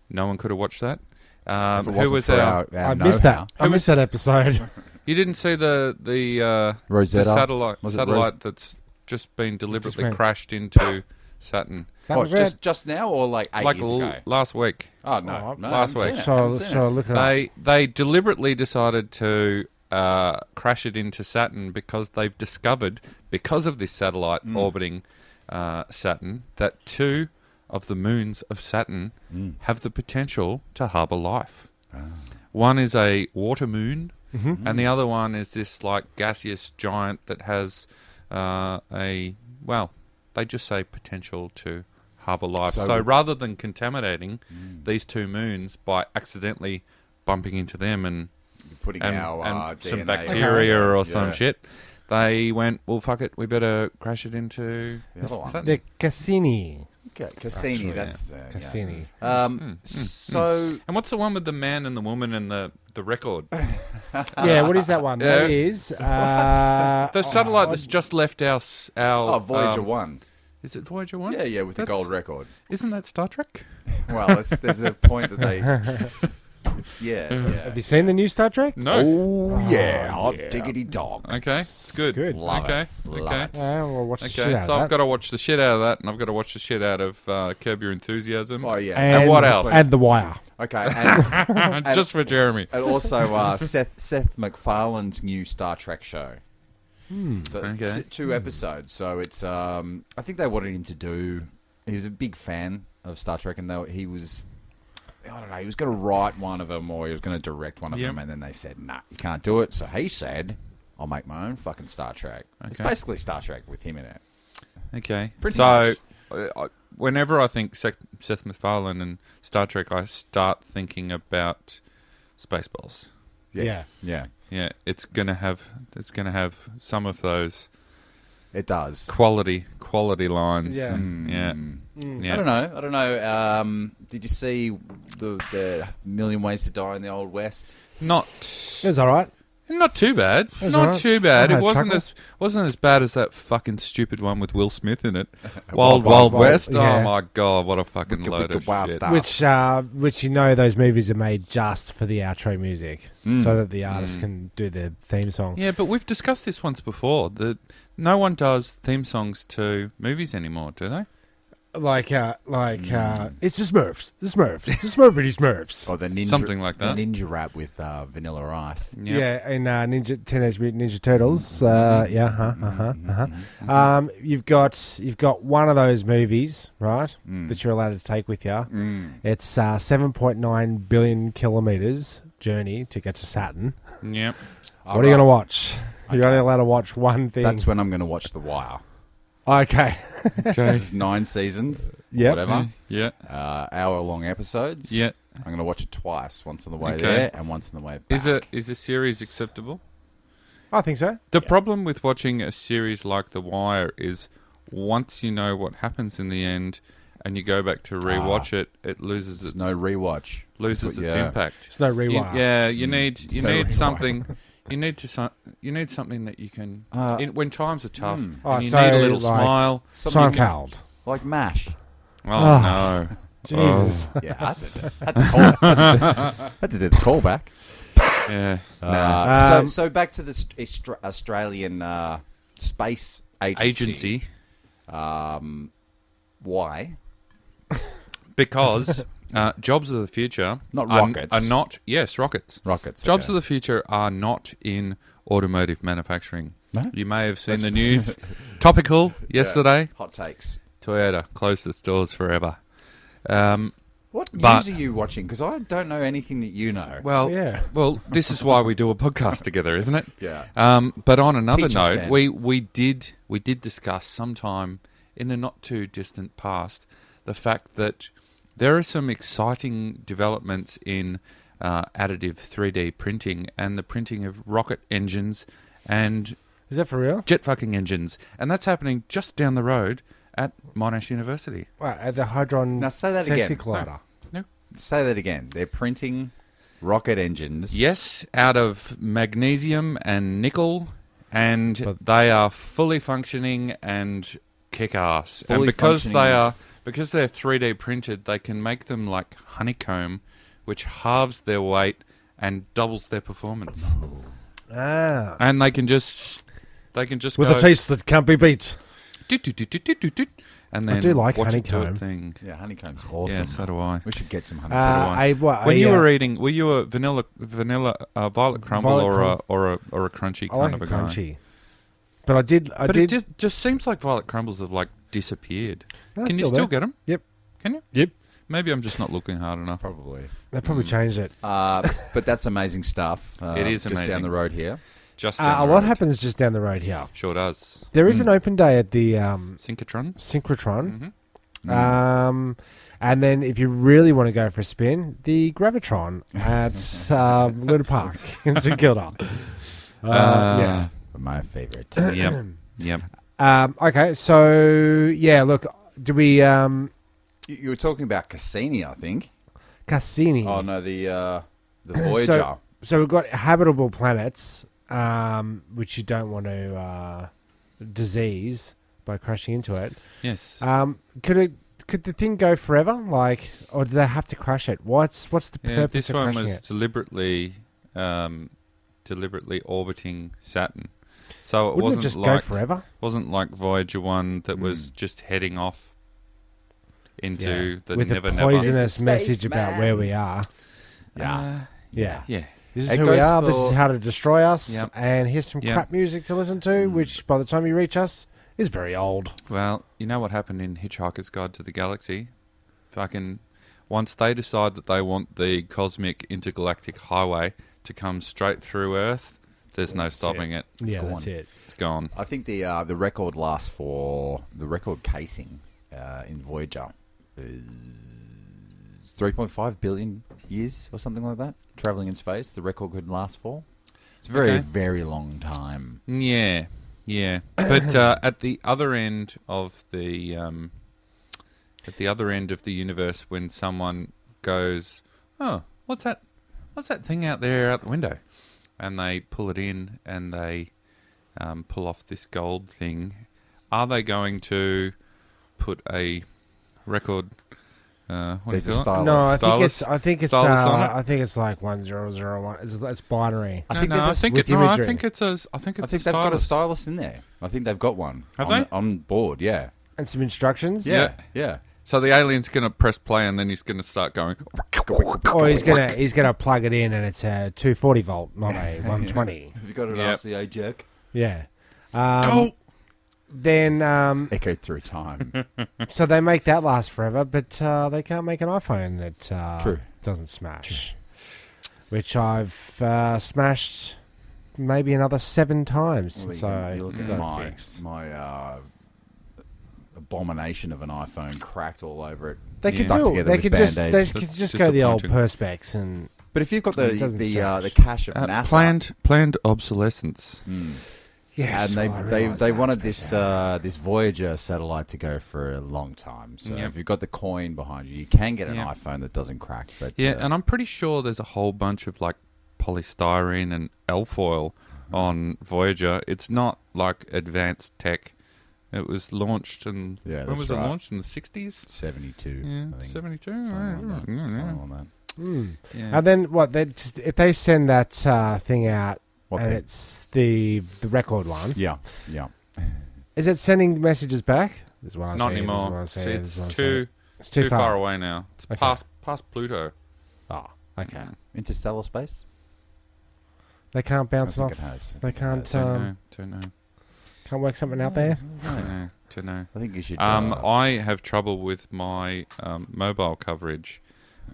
Speaker 5: No one could have watched that. Um,
Speaker 3: If it
Speaker 5: who
Speaker 3: wasn't
Speaker 5: was
Speaker 3: for
Speaker 5: our?
Speaker 3: our
Speaker 4: I missed
Speaker 3: know-how.
Speaker 4: that. I
Speaker 5: Who
Speaker 4: missed that episode.
Speaker 5: You didn't see the the, uh, the
Speaker 3: Rosetta.
Speaker 5: satellite
Speaker 3: Was it
Speaker 5: satellite
Speaker 3: Ros-
Speaker 5: that's just been deliberately
Speaker 4: went-
Speaker 5: crashed into Saturn,
Speaker 4: That
Speaker 3: What,
Speaker 4: was
Speaker 3: just
Speaker 4: it.
Speaker 3: just now or like eight
Speaker 5: like
Speaker 3: years
Speaker 5: l-
Speaker 3: ago?
Speaker 5: last week.
Speaker 3: Oh
Speaker 4: Oh,
Speaker 3: no,
Speaker 4: I've-
Speaker 3: no I
Speaker 5: Last
Speaker 3: haven't seen
Speaker 5: week.
Speaker 3: it,
Speaker 4: So,
Speaker 3: haven't seen
Speaker 4: so
Speaker 3: it.
Speaker 4: look at that.
Speaker 5: They they deliberately decided to uh, crash it into Saturn because they've discovered, because of this satellite orbiting uh, Saturn, that two of the moons of Saturn have the potential to harbour life. One is a water moon, and the other one is this like gaseous giant that has uh, a well. They just say potential to harbour life.
Speaker 3: So
Speaker 5: So,
Speaker 3: we-
Speaker 5: rather than contaminating
Speaker 3: Mm.
Speaker 5: these two moons by accidentally bumping into them and
Speaker 3: putting
Speaker 5: and,
Speaker 3: our
Speaker 5: and
Speaker 3: uh,
Speaker 5: some
Speaker 3: DNA
Speaker 5: bacteria or some
Speaker 3: Yeah.
Speaker 5: shit, they went, "Well, fuck it, we better crash it into
Speaker 3: The other one.
Speaker 5: Saturn."
Speaker 4: The Cassini.
Speaker 3: Okay, Cassini,
Speaker 5: Actually,
Speaker 3: that's uh,
Speaker 4: Cassini.
Speaker 3: Yeah.
Speaker 5: Hmm,
Speaker 3: Um, so
Speaker 5: And what's the one with the man and the woman and the the record?
Speaker 4: Yeah, what is that one? That
Speaker 5: Yeah.
Speaker 4: is uh,
Speaker 5: The satellite that's just left our s- our
Speaker 3: oh, Voyager
Speaker 5: um,
Speaker 3: One.
Speaker 5: Is it Voyager One?
Speaker 3: Yeah, yeah, with the
Speaker 5: That's-
Speaker 3: gold record.
Speaker 5: Isn't that Star Trek?
Speaker 3: Well, it's, there's a point that they. It's, yeah,
Speaker 5: Hmm.
Speaker 3: yeah.
Speaker 4: Have you seen the new Star Trek?
Speaker 5: No.
Speaker 3: Oh yeah, hot diggity dog.
Speaker 5: Okay, it's good.
Speaker 4: It's good.
Speaker 3: Love
Speaker 5: okay,
Speaker 3: it.
Speaker 5: okay.
Speaker 3: Love it.
Speaker 4: Yeah, well, watch the
Speaker 5: Okay,
Speaker 4: shit out
Speaker 5: so
Speaker 4: of
Speaker 5: I've
Speaker 4: that.
Speaker 5: got to watch the shit out of that, and I've got to watch the shit out of uh, Curb Your Enthusiasm.
Speaker 3: Oh yeah.
Speaker 5: And what else?
Speaker 4: And The Wire.
Speaker 3: Okay, and,
Speaker 5: Just for Jeremy.
Speaker 3: and also uh, Seth Seth MacFarlane's new Star Trek show. So
Speaker 5: Hmm, Okay.
Speaker 3: t- two episodes. So it's um, I think they wanted him to do. He was a big fan of Star Trek, and they, were- he was. I don't know. He was going to write one of them, or he was going to direct one of
Speaker 5: Yep.
Speaker 3: them, and then they said, "Nah, you can't do it." So he said, "I'll make my own fucking Star Trek." It's
Speaker 5: Okay.
Speaker 3: basically Star Trek with him in it.
Speaker 5: Okay.
Speaker 3: Pretty
Speaker 5: so, I, I, whenever I think Seth, Seth MacFarlane and Star Trek, I start thinking about Spaceballs.
Speaker 4: Yeah.
Speaker 3: yeah,
Speaker 5: Yeah, it's gonna have it's gonna have some of those
Speaker 3: it does. Hmm.
Speaker 5: quality quality lines.
Speaker 4: Yeah.
Speaker 5: and- yeah. yeah.
Speaker 3: I don't know. I don't know. Um, did you see the, the Million Ways to Die in the Old West?
Speaker 5: Not
Speaker 4: It was all right.
Speaker 5: Not too bad.
Speaker 4: was
Speaker 5: Not
Speaker 4: alright.
Speaker 5: too bad.
Speaker 4: I
Speaker 5: It
Speaker 4: had a
Speaker 5: wasn't
Speaker 4: chuckle.
Speaker 5: as wasn't as bad as that fucking stupid one with Will Smith in it. Wild Wild, West.
Speaker 4: yeah.
Speaker 5: Oh my god, what a fucking
Speaker 3: Wicked,
Speaker 5: load
Speaker 3: wicked
Speaker 5: of
Speaker 3: wild
Speaker 5: shit.
Speaker 3: stuff. Ah.
Speaker 4: Which, uh, which you know, those movies are made just for the outro music, so that the artist can do their theme song.
Speaker 5: Mm. Yeah, but we've discussed this once before. That no one does theme songs to movies anymore, do they?
Speaker 4: Like, uh, like
Speaker 5: Mm.
Speaker 4: uh, it's the Smurfs, the Smurfs, the Smurfity
Speaker 5: Oh,
Speaker 4: Smurfs.
Speaker 3: Or Oh, the ninja,
Speaker 5: Something like that.
Speaker 3: The ninja rap with uh, Vanilla Ice.
Speaker 4: Yeah, and uh, Ninja Teenage Mutant Ninja Turtles. Uh, yeah, uh huh, uh huh, uh-huh. Um, you've got you've got one of those movies, right, that you're allowed to take with you.
Speaker 3: Mm.
Speaker 5: Mm.
Speaker 4: It's uh, seven point nine billion kilometers journey to get to Saturn.
Speaker 5: Yep.
Speaker 4: what are you gonna watch? You're only allowed to watch one thing.
Speaker 3: That's when I'm going to watch The Wire.
Speaker 4: okay.
Speaker 5: Okay.
Speaker 3: There's nine seasons,
Speaker 4: Yep.
Speaker 3: whatever,
Speaker 5: yeah.
Speaker 3: uh, hour-long episodes.
Speaker 5: Mm. Yeah.
Speaker 3: I'm going to watch it twice, once on the way
Speaker 5: Okay.
Speaker 3: there and once on the way back.
Speaker 5: Is a is a series acceptable?
Speaker 4: I think so.
Speaker 5: The problem with watching a series like The Wire is once you know what happens in the end and you go back to rewatch it, it loses its
Speaker 3: There's no rewatch?
Speaker 5: loses
Speaker 3: But
Speaker 5: its
Speaker 3: yeah.
Speaker 5: impact.
Speaker 4: It's no
Speaker 5: You-
Speaker 4: rewire.
Speaker 5: yeah, you need you
Speaker 3: no
Speaker 5: need
Speaker 3: rewire.
Speaker 5: something. You need to so- you need something that you can
Speaker 3: Uh, hmm.
Speaker 5: in, when times are tough. And
Speaker 4: Oh,
Speaker 5: you
Speaker 4: so,
Speaker 5: need a little
Speaker 4: like-
Speaker 5: smile.
Speaker 3: Something you
Speaker 4: Seinfeld.
Speaker 3: Like MASH.
Speaker 5: Oh, no!
Speaker 4: Ah. Jesus.
Speaker 3: Yeah, I had to, I had to, call, I had to do the callback.
Speaker 5: Yeah.
Speaker 3: Uh,
Speaker 4: Um,
Speaker 3: so, so back to the st- Austra- Australian uh, space agency.
Speaker 5: Agency.
Speaker 3: Um, Why?
Speaker 5: because uh, jobs of the future
Speaker 3: Not
Speaker 5: are-
Speaker 3: rockets.
Speaker 5: are not yes rockets.
Speaker 3: Rockets.
Speaker 5: Jobs
Speaker 3: okay.
Speaker 5: of the future are not in automotive manufacturing.
Speaker 3: No?
Speaker 5: You may have seen the news topical yesterday.
Speaker 3: hot takes.
Speaker 5: Toyota closed its doors forever. Um,
Speaker 3: What news
Speaker 5: But-
Speaker 3: are you watching? Because I don't know anything that you know.
Speaker 5: well,
Speaker 4: Yeah.
Speaker 5: well, this is why we do a podcast together, isn't it?
Speaker 3: yeah.
Speaker 5: Um, but on another
Speaker 3: Teach us,
Speaker 5: note,
Speaker 3: Dan.
Speaker 5: we, we did we did discuss sometime in the not too distant past the fact that there are some exciting developments in uh, additive 3D printing and the printing of rocket engines and
Speaker 4: Is that for real?
Speaker 5: jet fucking engines, and that's happening just down the road at Monash University.
Speaker 4: Wow, at the Hydron
Speaker 3: Now say that
Speaker 4: Sexy
Speaker 3: again.
Speaker 4: Collider.
Speaker 3: Say that again. They're printing rocket engines.
Speaker 5: Yes, out of magnesium and nickel, and
Speaker 4: But-
Speaker 5: they are fully functioning and kick ass. And
Speaker 3: Fully
Speaker 5: because they
Speaker 3: functioning.
Speaker 5: are because they're three D printed, they can make them like honeycomb, which halves their weight and doubles their performance.
Speaker 4: Ah.
Speaker 5: And they can just they can just
Speaker 4: With
Speaker 5: go
Speaker 4: a taste that can't be beat.
Speaker 5: doot, doot, doot, doot, doot, doot, doot, and then
Speaker 4: do like
Speaker 5: watch it do a
Speaker 4: honeycomb.
Speaker 5: thing.
Speaker 3: Yeah, honeycombs.
Speaker 5: Yeah, so do I.
Speaker 3: We should get some honeycombs.
Speaker 4: Uh,
Speaker 5: one.
Speaker 4: I, what,
Speaker 5: When
Speaker 4: I,
Speaker 5: you
Speaker 4: uh,
Speaker 5: were eating, were you a vanilla, vanilla, uh, violet crumble,
Speaker 4: Violet
Speaker 5: or
Speaker 4: crumble.
Speaker 5: a or a or a crunchy
Speaker 4: I
Speaker 5: kind
Speaker 4: like
Speaker 5: of
Speaker 4: it
Speaker 5: a guy?
Speaker 4: crunchy. But I did. I
Speaker 5: but
Speaker 4: did.
Speaker 5: it just, just seems like violet crumbles have like disappeared.
Speaker 4: No,
Speaker 5: Can
Speaker 4: it's
Speaker 5: you still
Speaker 4: there.
Speaker 5: get 'em?
Speaker 4: Yep.
Speaker 5: Can you?
Speaker 4: Yep.
Speaker 5: Maybe I'm just not looking hard enough.
Speaker 3: Probably.
Speaker 4: They probably
Speaker 5: Mm.
Speaker 4: changed it.
Speaker 3: Uh, but that's amazing stuff. Uh,
Speaker 5: It is
Speaker 3: Just
Speaker 5: amazing.
Speaker 3: down the road here.
Speaker 5: Just
Speaker 4: Uh,
Speaker 5: down the
Speaker 4: what
Speaker 5: road.
Speaker 4: happens just down the road here?
Speaker 5: Sure does.
Speaker 4: There is an open day at the um,
Speaker 5: Synchrotron.
Speaker 4: Synchrotron.
Speaker 5: Mhm.
Speaker 4: Um, and then if you really want to go for a spin, the Gravitron at uh, Luna Park in St Kilda. Uh, yeah.
Speaker 3: My favourite.
Speaker 5: yeah. Yep. Yep.
Speaker 4: Um, okay, so yeah, look, do we um,
Speaker 3: you, you were talking about Cassini, I think.
Speaker 4: Cassini?
Speaker 3: Oh no, the uh, the Voyager.
Speaker 4: So we've got habitable planets, um, which you don't want to uh, disease by crashing into it.
Speaker 5: Yes.
Speaker 4: Um, could it? Could the thing go forever? Like, or do they have to crash it? What's What's the
Speaker 5: yeah,
Speaker 4: purpose
Speaker 5: this
Speaker 4: of
Speaker 5: one
Speaker 4: crashing
Speaker 5: was
Speaker 4: it?
Speaker 5: deliberately, um, deliberately orbiting Saturn. So it
Speaker 4: Wouldn't
Speaker 5: wasn't
Speaker 4: it Hmm. just go
Speaker 5: like
Speaker 4: forever?
Speaker 5: wasn't like Voyager One that was just heading off into the
Speaker 4: With
Speaker 5: never
Speaker 4: a
Speaker 5: never.
Speaker 4: poisonous
Speaker 3: Into
Speaker 4: message
Speaker 3: space,
Speaker 4: about
Speaker 3: man.
Speaker 4: where we are.
Speaker 3: yeah.
Speaker 5: Uh,
Speaker 4: Yeah.
Speaker 5: yeah.
Speaker 4: This is
Speaker 3: It
Speaker 4: who we
Speaker 3: goes
Speaker 4: are. This is
Speaker 3: for-
Speaker 4: how to destroy us.
Speaker 5: Yep.
Speaker 4: And here's some
Speaker 5: Yep.
Speaker 4: crap music to listen to,
Speaker 3: Mm.
Speaker 4: which by the time you reach us is very old.
Speaker 5: Well, you know what happened in Hitchhiker's Guide to the Galaxy? Fucking once they decide that they want the cosmic intergalactic highway to come straight through Earth, there's no stopping it.
Speaker 4: yeah,
Speaker 3: gone.
Speaker 4: that's it.
Speaker 5: It's gone.
Speaker 3: I think the uh, the record lasts for the record casing uh, in Voyager is three point five billion years or something like that. Traveling in space, the record could last for. It's a very
Speaker 5: Okay.
Speaker 3: very long time.
Speaker 5: Yeah, yeah. But uh, at the other end of the um, at the other end of the universe, when someone goes, "Oh, what's that? What's that thing out there out the window?" and they pull it in and they um, pull off this gold thing, are they going to put a record? Uh, what
Speaker 3: There's
Speaker 5: is
Speaker 3: a
Speaker 5: it?
Speaker 3: stylus.
Speaker 4: No, I think
Speaker 5: Stylus?
Speaker 4: it's. I think it's. Uh,
Speaker 5: Stylus on it?
Speaker 4: I think it's like one zero zero one. It's, it's binary.
Speaker 3: I
Speaker 5: No,
Speaker 3: think
Speaker 5: no,
Speaker 3: there's a
Speaker 5: I
Speaker 3: s-
Speaker 5: think
Speaker 4: with
Speaker 5: it, no, I
Speaker 4: imagery.
Speaker 5: think it's a. I think it's
Speaker 3: I think
Speaker 5: a
Speaker 3: they've got a
Speaker 5: stylus.
Speaker 3: stylus in there. I think they've got one.
Speaker 5: Have
Speaker 3: on,
Speaker 5: they?
Speaker 3: on board? Yeah.
Speaker 4: And some instructions.
Speaker 3: Yeah.
Speaker 5: Yeah.
Speaker 3: Yeah.
Speaker 5: So the alien's going to press play and then he's going to start going.
Speaker 4: Or he's gonna he's gonna plug it in and it's a two forty volt, not a one twenty.
Speaker 3: Have you got an
Speaker 5: Yep.
Speaker 3: RCA jack?
Speaker 4: yeah. Um, Then um,
Speaker 3: Echoed through time.
Speaker 4: so they make that last forever, but uh, they can't make an iPhone that uh,
Speaker 3: True.
Speaker 4: doesn't smash. Which I've uh, smashed maybe another seven times
Speaker 3: Well,
Speaker 4: since
Speaker 3: you-
Speaker 4: I
Speaker 3: you look at
Speaker 4: got
Speaker 3: my
Speaker 4: fixed.
Speaker 3: my uh, abomination of an iPhone cracked all over it.
Speaker 4: They could
Speaker 5: Stuck
Speaker 4: do it.
Speaker 3: together
Speaker 4: They
Speaker 3: with
Speaker 4: could just they
Speaker 3: Band-Aids.
Speaker 4: could
Speaker 5: That's
Speaker 4: just go the old
Speaker 5: disappointing.
Speaker 4: perspex and
Speaker 3: But if you've got the
Speaker 4: It doesn't
Speaker 3: the uh,
Speaker 4: search.
Speaker 3: the cache of
Speaker 5: Uh,
Speaker 3: NASA
Speaker 5: planned planned obsolescence.
Speaker 3: Mm.
Speaker 4: yes,
Speaker 3: and
Speaker 4: well, I
Speaker 3: they they,
Speaker 4: realised
Speaker 3: they
Speaker 4: that.
Speaker 3: wanted this uh, this Voyager satellite to go for a long time. So
Speaker 5: Yep.
Speaker 3: if you've got the coin behind you, you can get an
Speaker 5: Yeah.
Speaker 3: iPhone that doesn't crack. But
Speaker 5: Yeah,
Speaker 3: uh,
Speaker 5: and I'm pretty sure there's a whole bunch of like polystyrene and alfoil
Speaker 3: Uh-huh.
Speaker 5: on Voyager. It's not like advanced tech. It was launched in
Speaker 3: Yeah,
Speaker 5: when
Speaker 3: that's
Speaker 5: was it
Speaker 3: right.
Speaker 5: launched in the 60s?
Speaker 3: 72.
Speaker 5: Yeah,
Speaker 3: I think.
Speaker 5: 72.
Speaker 3: Something
Speaker 5: right.
Speaker 3: like that.
Speaker 5: Yeah,
Speaker 3: Something like that.
Speaker 4: Mm.
Speaker 5: yeah.
Speaker 4: And then what? They just, if they send that uh, thing out
Speaker 3: What
Speaker 4: and
Speaker 3: the-
Speaker 4: it's the the record one,
Speaker 3: Yeah, yeah.
Speaker 4: is it sending messages back? Is what I
Speaker 5: Not
Speaker 4: see. This is what I
Speaker 5: anymore.
Speaker 4: see.
Speaker 5: See,
Speaker 4: This
Speaker 5: it's
Speaker 4: is what I see.
Speaker 5: too
Speaker 4: It's
Speaker 5: too far away now. It's
Speaker 4: Okay.
Speaker 5: past past Pluto.
Speaker 4: Oh, okay.
Speaker 3: Interstellar space?
Speaker 4: They can't bounce
Speaker 3: I
Speaker 4: it
Speaker 3: think
Speaker 4: off.
Speaker 3: it has. I
Speaker 4: They
Speaker 3: think it has.
Speaker 4: can't
Speaker 5: Don't
Speaker 4: um,
Speaker 5: know. Don't know.
Speaker 4: can't work something out there.
Speaker 5: Don't know. Don't know.
Speaker 3: I think you should.
Speaker 5: Um,
Speaker 3: uh,
Speaker 5: I have trouble with my um, mobile coverage,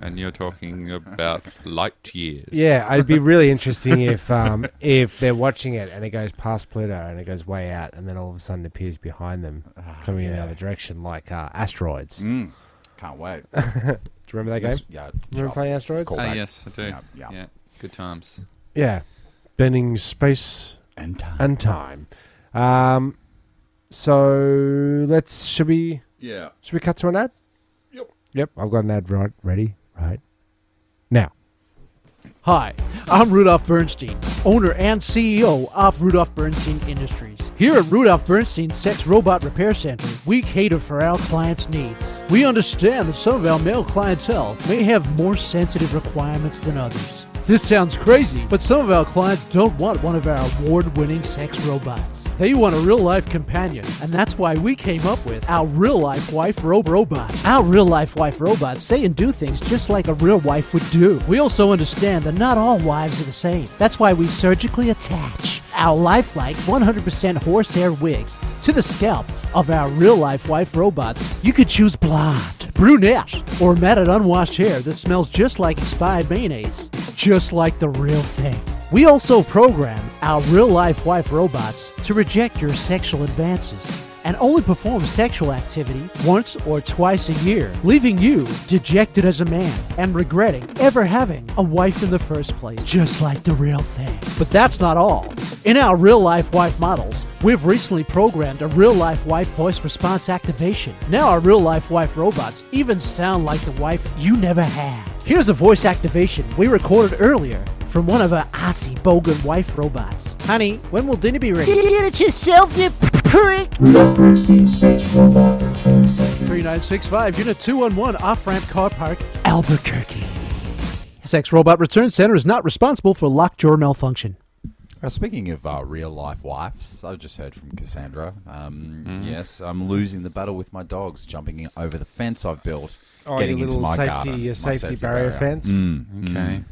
Speaker 5: and you're talking about light years.
Speaker 4: Yeah, it'd be really interesting if um, if they're watching it and it goes past Pluto and it goes way out and then all of a sudden appears behind them, coming in the other direction like uh, asteroids. Ah, Do
Speaker 3: mm, can't wait.
Speaker 4: you remember that game?
Speaker 3: That's- yeah.
Speaker 4: Remember playing asteroids?
Speaker 3: It's called-
Speaker 5: Ah,
Speaker 3: Callback.
Speaker 5: yes, I do.
Speaker 3: Yeah, yeah.
Speaker 5: yeah. good times.
Speaker 4: Yeah, bending space
Speaker 3: And time.
Speaker 4: and uh, time. Um, so let's should we
Speaker 5: Yeah.
Speaker 4: should we cut to an ad?
Speaker 5: Yep.
Speaker 4: Yep, I've got an ad right ready right now.
Speaker 6: Hi, I'm Rudolph Bernstein, owner and CEO of Rudolph Bernstein Industries. Here at Rudolph Bernstein Sex Robot Repair Center, we cater for our clients' needs. We understand that some of our male clientele may have more sensitive requirements than others. This sounds crazy, but some of our clients don't want one of our award winning sex robots. They want a real life companion, and that's why we came up with our real life wife robe robot. Our real life wife robots say and do things just like a real wife would do. We also understand that not all wives are the same. That's why we surgically attach our lifelike 100% horsehair wigs to the scalp of our real life wife robots. You could choose blonde, brunette, or matted unwashed hair that smells just like expired mayonnaise, just like the real thing. We also program our real life wife robots to reject your sexual advances and only perform sexual activity once or twice a year, leaving you dejected as a man and regretting ever having a wife in the first place, just like the real thing. But that's not all. In our real life wife models, we've recently programmed a real life wife voice response activation. Now our real life wife robots even sound like the wife you never had. Here's a voice activation we recorded earlier from one of our Aussie Bogan wife robots. Honey, when will dinner be ready?
Speaker 7: Get it yourself, you prick!
Speaker 6: 3965, Unit 211, off ramp car park, Albuquerque. Sex Robot Return Center is not responsible for locked door malfunction.
Speaker 3: Uh, speaking of uh, real life wives, I've just heard from Cassandra. Um,
Speaker 5: Mm-hmm.
Speaker 3: Yes, I'm losing the battle with my dogs, jumping in over the fence I've built,
Speaker 4: Oh,
Speaker 3: getting
Speaker 4: your
Speaker 3: into
Speaker 4: little
Speaker 3: my
Speaker 4: safety,
Speaker 3: garden.
Speaker 4: your
Speaker 3: my
Speaker 4: safety, barrier, fence.
Speaker 3: Mm,
Speaker 5: Okay.
Speaker 3: mm.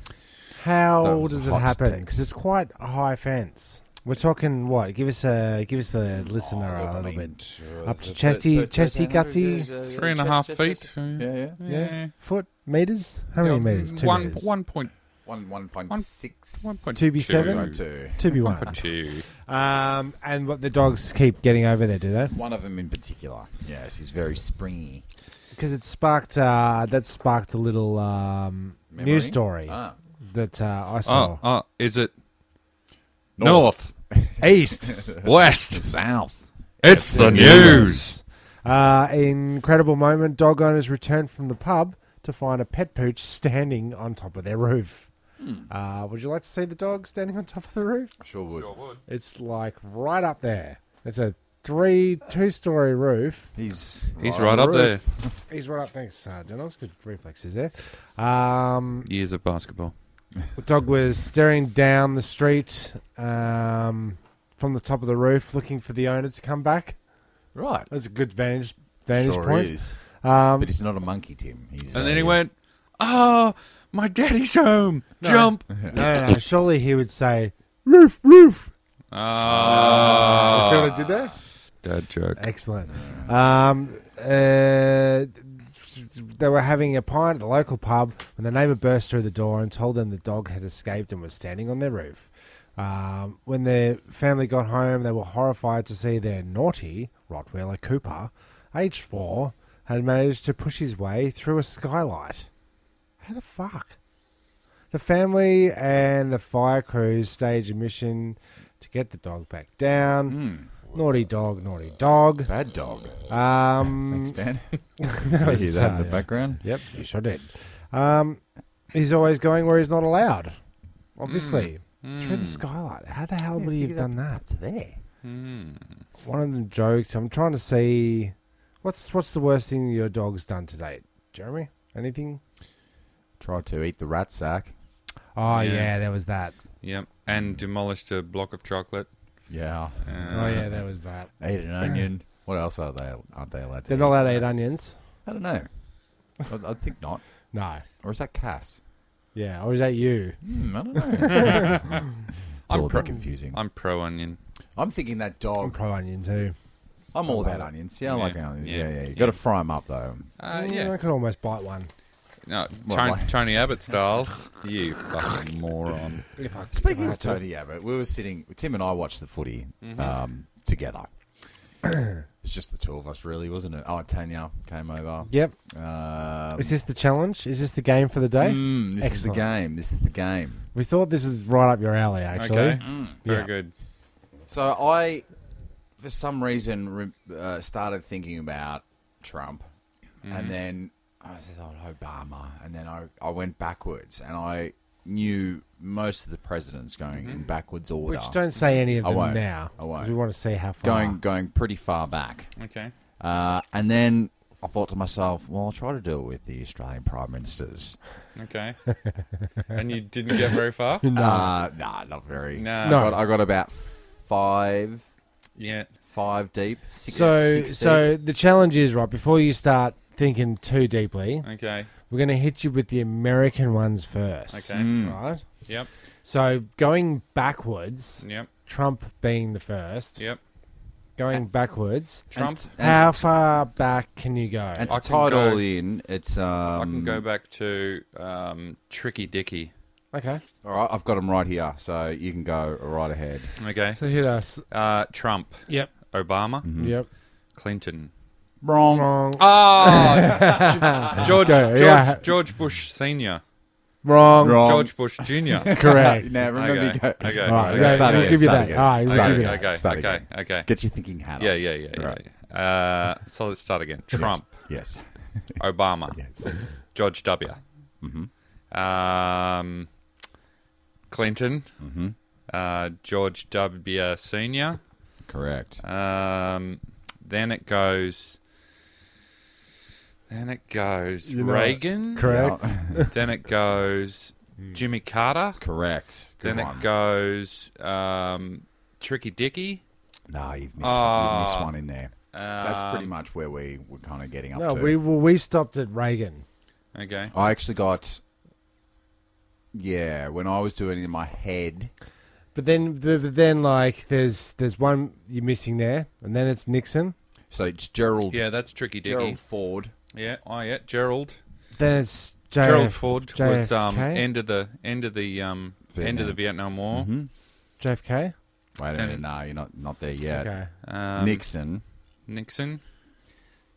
Speaker 4: How
Speaker 3: That was
Speaker 4: does
Speaker 3: a
Speaker 4: it
Speaker 3: hot
Speaker 4: happen?
Speaker 3: take.
Speaker 4: Because it's quite a high fence. We're talking what? Give us a give us the listener
Speaker 3: Oh,
Speaker 4: a
Speaker 3: I
Speaker 4: little
Speaker 3: mean,
Speaker 4: bit.
Speaker 3: uh,
Speaker 4: Up to
Speaker 3: thir-
Speaker 4: chesty-
Speaker 3: thir-
Speaker 4: chesty
Speaker 3: 1300
Speaker 4: gutsy.
Speaker 3: is, uh,
Speaker 5: Three and a
Speaker 3: chest-
Speaker 5: half
Speaker 3: chest-
Speaker 5: feet.
Speaker 3: chest- Yeah, yeah.
Speaker 4: Yeah. Foot meters? How
Speaker 5: Yeah,
Speaker 4: many meters? Two
Speaker 5: one,
Speaker 4: meters.
Speaker 5: one point
Speaker 3: One, one point
Speaker 5: One-
Speaker 3: six-
Speaker 5: one point
Speaker 4: Two be
Speaker 5: two.
Speaker 4: seven?
Speaker 3: one two.
Speaker 4: Two be
Speaker 5: One
Speaker 4: one.
Speaker 5: point two.
Speaker 4: Um, and what the dogs keep getting over there, do they?
Speaker 3: One of them in particular. Yes, he's very springy.
Speaker 4: Because it sparked uh, that sparked a little um,
Speaker 3: Memory?
Speaker 4: news story
Speaker 3: Ah.
Speaker 4: that uh, I saw.
Speaker 5: Oh, oh, is it
Speaker 3: North.
Speaker 5: north,
Speaker 4: East
Speaker 5: west?
Speaker 3: South.
Speaker 5: It's the news.
Speaker 4: Uh, incredible moment. Dog owners return from the pub to find a pet pooch standing on top of their roof. Uh, would you like to see the dog standing on top of the roof?
Speaker 3: I sure would.
Speaker 4: It's like right up there. It's a three, two story roof.
Speaker 3: He's
Speaker 5: He's
Speaker 3: on
Speaker 5: right
Speaker 3: the
Speaker 5: up
Speaker 3: roof.
Speaker 5: there.
Speaker 4: He's right up. Thanks, uh, Dennis. Good reflexes there. Um,
Speaker 5: Years of basketball.
Speaker 4: the dog was staring down the street um, from the top of the roof, looking for the owner to come back.
Speaker 3: Right.
Speaker 4: That's a good vantage vantage
Speaker 3: sure
Speaker 4: point.
Speaker 3: is.
Speaker 4: Um,
Speaker 3: But he's not a monkey, Tim. He's
Speaker 5: And
Speaker 3: a-
Speaker 5: then he went, "Oh, my daddy's home. Jump!"
Speaker 4: no, no, no, surely he would say roof, roof.
Speaker 5: Ah,
Speaker 4: You see what I did there?
Speaker 5: dad joke.
Speaker 4: Excellent. Um, uh, they were having a pint at the local pub when the neighbour burst through the door and told them the dog had escaped and was standing on their roof. Um, when their family got home, they were horrified to see their naughty Rottweiler Cooper, aged four, had managed to push his way through a skylight. How the fuck? The family and the fire crews stage a mission to get the dog back down. Naughty dog, naughty dog.
Speaker 3: hmm, Bad dog.
Speaker 4: Um,
Speaker 3: Thanks, Dan.
Speaker 4: that
Speaker 3: You hear
Speaker 4: was,
Speaker 3: that in
Speaker 4: uh,
Speaker 3: the
Speaker 4: yeah.
Speaker 3: background?
Speaker 4: Yep, you sure did. Um, he's always going where he's not allowed. Obviously, through
Speaker 5: Hmm.
Speaker 4: the skylight. How the hell would he have done that?
Speaker 3: It's there.
Speaker 5: Hmm,
Speaker 4: One of them joked. I'm trying to see what's what's the worst thing your dog's done to date, Jeremy. Anything?
Speaker 3: Try to eat the rat sack.
Speaker 4: Oh yeah,
Speaker 5: Yeah.
Speaker 4: there was that.
Speaker 5: Yep, and demolished a block of chocolate.
Speaker 3: Yeah.
Speaker 5: Uh,
Speaker 4: oh yeah, there was that.
Speaker 3: Ate an onion. What else are they? Aren't they allowed to?
Speaker 4: They're not allowed to eat
Speaker 3: Onions.
Speaker 4: onions.
Speaker 3: I don't know. I, I think not.
Speaker 4: No.
Speaker 3: Or is that Cass?
Speaker 4: Yeah, or is that you?
Speaker 3: Hmm, I don't know. it's all a
Speaker 5: pro-
Speaker 3: bit confusing. I'm,
Speaker 5: I'm pro onion.
Speaker 3: thinking that
Speaker 4: I'm
Speaker 3: dog.
Speaker 4: pro onion too.
Speaker 3: I'm all about onions. Yeah, I like
Speaker 5: Yeah,
Speaker 3: onions.
Speaker 5: yeah,
Speaker 3: Yeah, yeah. You
Speaker 5: yeah.
Speaker 3: got to fry them up though.
Speaker 5: Uh,
Speaker 4: Mm, I
Speaker 5: yeah.
Speaker 4: could almost bite one.
Speaker 5: No,
Speaker 3: Well,
Speaker 5: Tony,
Speaker 3: like-
Speaker 5: Tony Abbott styles. You fucking moron.
Speaker 4: If I,
Speaker 3: Speaking
Speaker 4: if I
Speaker 3: of Tony Abbott, we were sitting. Tim and I watched the footy
Speaker 4: Mm-hmm.
Speaker 3: um, together. it's just the two of us, really, wasn't it? Oh, Tanya came over.
Speaker 4: Yep.
Speaker 3: Um,
Speaker 4: Is this the challenge? Is this the game for the day?
Speaker 3: mm, this is the
Speaker 4: Excellent.
Speaker 3: game. This is the game.
Speaker 4: We thought this is right up your alley, actually.
Speaker 5: Okay. Mm, Very
Speaker 4: Yeah.
Speaker 5: good.
Speaker 3: So I, for some reason, re- uh, started thinking about Trump,
Speaker 4: Mm-hmm.
Speaker 3: and then I thought Obama, and then I, I went backwards, and I knew most of the presidents going in backwards order,
Speaker 4: Mm-hmm. Which don't Ah. say any of
Speaker 3: I
Speaker 4: them
Speaker 3: won't.
Speaker 4: now,
Speaker 3: I won't.
Speaker 4: 'cause we want to see how far.
Speaker 3: going going pretty far back.
Speaker 5: Okay.
Speaker 3: Uh, and then I thought to myself, well, I'll try to do it with the Australian prime ministers.
Speaker 5: Okay. and you didn't get very far?
Speaker 3: No, uh, nah, not very.
Speaker 5: No.
Speaker 3: I,
Speaker 4: No.
Speaker 3: got, I got about five,
Speaker 5: Yeah.
Speaker 3: five deep. Six,
Speaker 4: So,
Speaker 3: six deep.
Speaker 4: so the challenge is right before you start thinking too deeply,
Speaker 5: Okay.
Speaker 4: we're going to hit you with the American ones first.
Speaker 5: Okay.
Speaker 4: Right.
Speaker 5: Yep.
Speaker 4: So going backwards,
Speaker 5: Yep.
Speaker 4: Trump being the first.
Speaker 5: Yep.
Speaker 4: Going backwards.
Speaker 5: Trump.
Speaker 3: And-
Speaker 4: how far back can you go?
Speaker 3: And
Speaker 5: I can
Speaker 3: to tie it
Speaker 5: go-
Speaker 3: all in, it's um,
Speaker 5: I can go back to um, Tricky Dicky.
Speaker 4: Okay.
Speaker 3: All right, I've got them right here, so you can go right ahead.
Speaker 5: Okay.
Speaker 4: So Mm-hmm. hit us.
Speaker 5: Uh, Trump.
Speaker 4: Yep.
Speaker 5: Obama.
Speaker 4: Yep.
Speaker 3: Mm.
Speaker 5: Clinton.
Speaker 3: Wrong.
Speaker 4: Wrong.
Speaker 5: Oh, George
Speaker 4: Go,
Speaker 5: George
Speaker 4: yeah.
Speaker 5: George Bush Senior,
Speaker 4: Wrong.
Speaker 3: Wrong.
Speaker 5: George Bush Junior.
Speaker 4: Correct.
Speaker 3: Now remember,
Speaker 5: okay.
Speaker 3: you go.
Speaker 5: Okay.
Speaker 4: All right,
Speaker 5: okay.
Speaker 4: yeah,
Speaker 3: Start
Speaker 4: we'll
Speaker 3: again,
Speaker 4: give you
Speaker 3: start
Speaker 4: that.
Speaker 3: again.
Speaker 4: All right, we'll
Speaker 5: Okay.
Speaker 4: give you
Speaker 5: Okay.
Speaker 4: that.
Speaker 5: Okay.
Speaker 3: Start
Speaker 5: okay.
Speaker 3: again. Get your thinking hat.
Speaker 5: Yeah.
Speaker 3: on.
Speaker 5: Yeah. Yeah. yeah,
Speaker 3: Right.
Speaker 5: yeah. Uh, so let's start again. Trump,
Speaker 3: Yes.
Speaker 5: Obama,
Speaker 3: Yes.
Speaker 5: George W.
Speaker 3: Mm-hmm.
Speaker 5: Um, Clinton,
Speaker 3: Mm-hmm.
Speaker 5: uh, George W. Senior.
Speaker 3: Correct.
Speaker 5: Um, then it goes. Then it goes
Speaker 4: know it.
Speaker 5: Reagan.
Speaker 4: Correct.
Speaker 5: Then it goes
Speaker 3: Hmm.
Speaker 5: Jimmy Carter.
Speaker 3: Correct. Good
Speaker 5: then
Speaker 3: one.
Speaker 5: it goes um, Tricky Dicky.
Speaker 3: No, you've missed, you've
Speaker 5: Ah. Um,
Speaker 3: missed one in there. That's pretty much where we were kind of getting up
Speaker 4: No,
Speaker 3: to.
Speaker 4: we well, we stopped at Reagan.
Speaker 5: Okay.
Speaker 3: I actually got. Yeah, when I was doing it in my head,
Speaker 4: But then, but then, like, there's there's one you're missing there, and then it's Nixon,
Speaker 3: so it's Gerald.
Speaker 5: Yeah, that's Tricky Dicky.
Speaker 3: Gerald Ford.
Speaker 5: Yeah. Oh yeah, Gerald.
Speaker 4: then it's JF,
Speaker 5: Gerald Ford was um,
Speaker 4: JFK?
Speaker 5: end of the end of the um, end of the Vietnam War.
Speaker 3: Mm-hmm.
Speaker 4: JFK.
Speaker 3: Wait a
Speaker 5: Then
Speaker 3: minute. No, you're not not there yet.
Speaker 4: Okay,
Speaker 5: Um,
Speaker 3: Nixon.
Speaker 5: Nixon.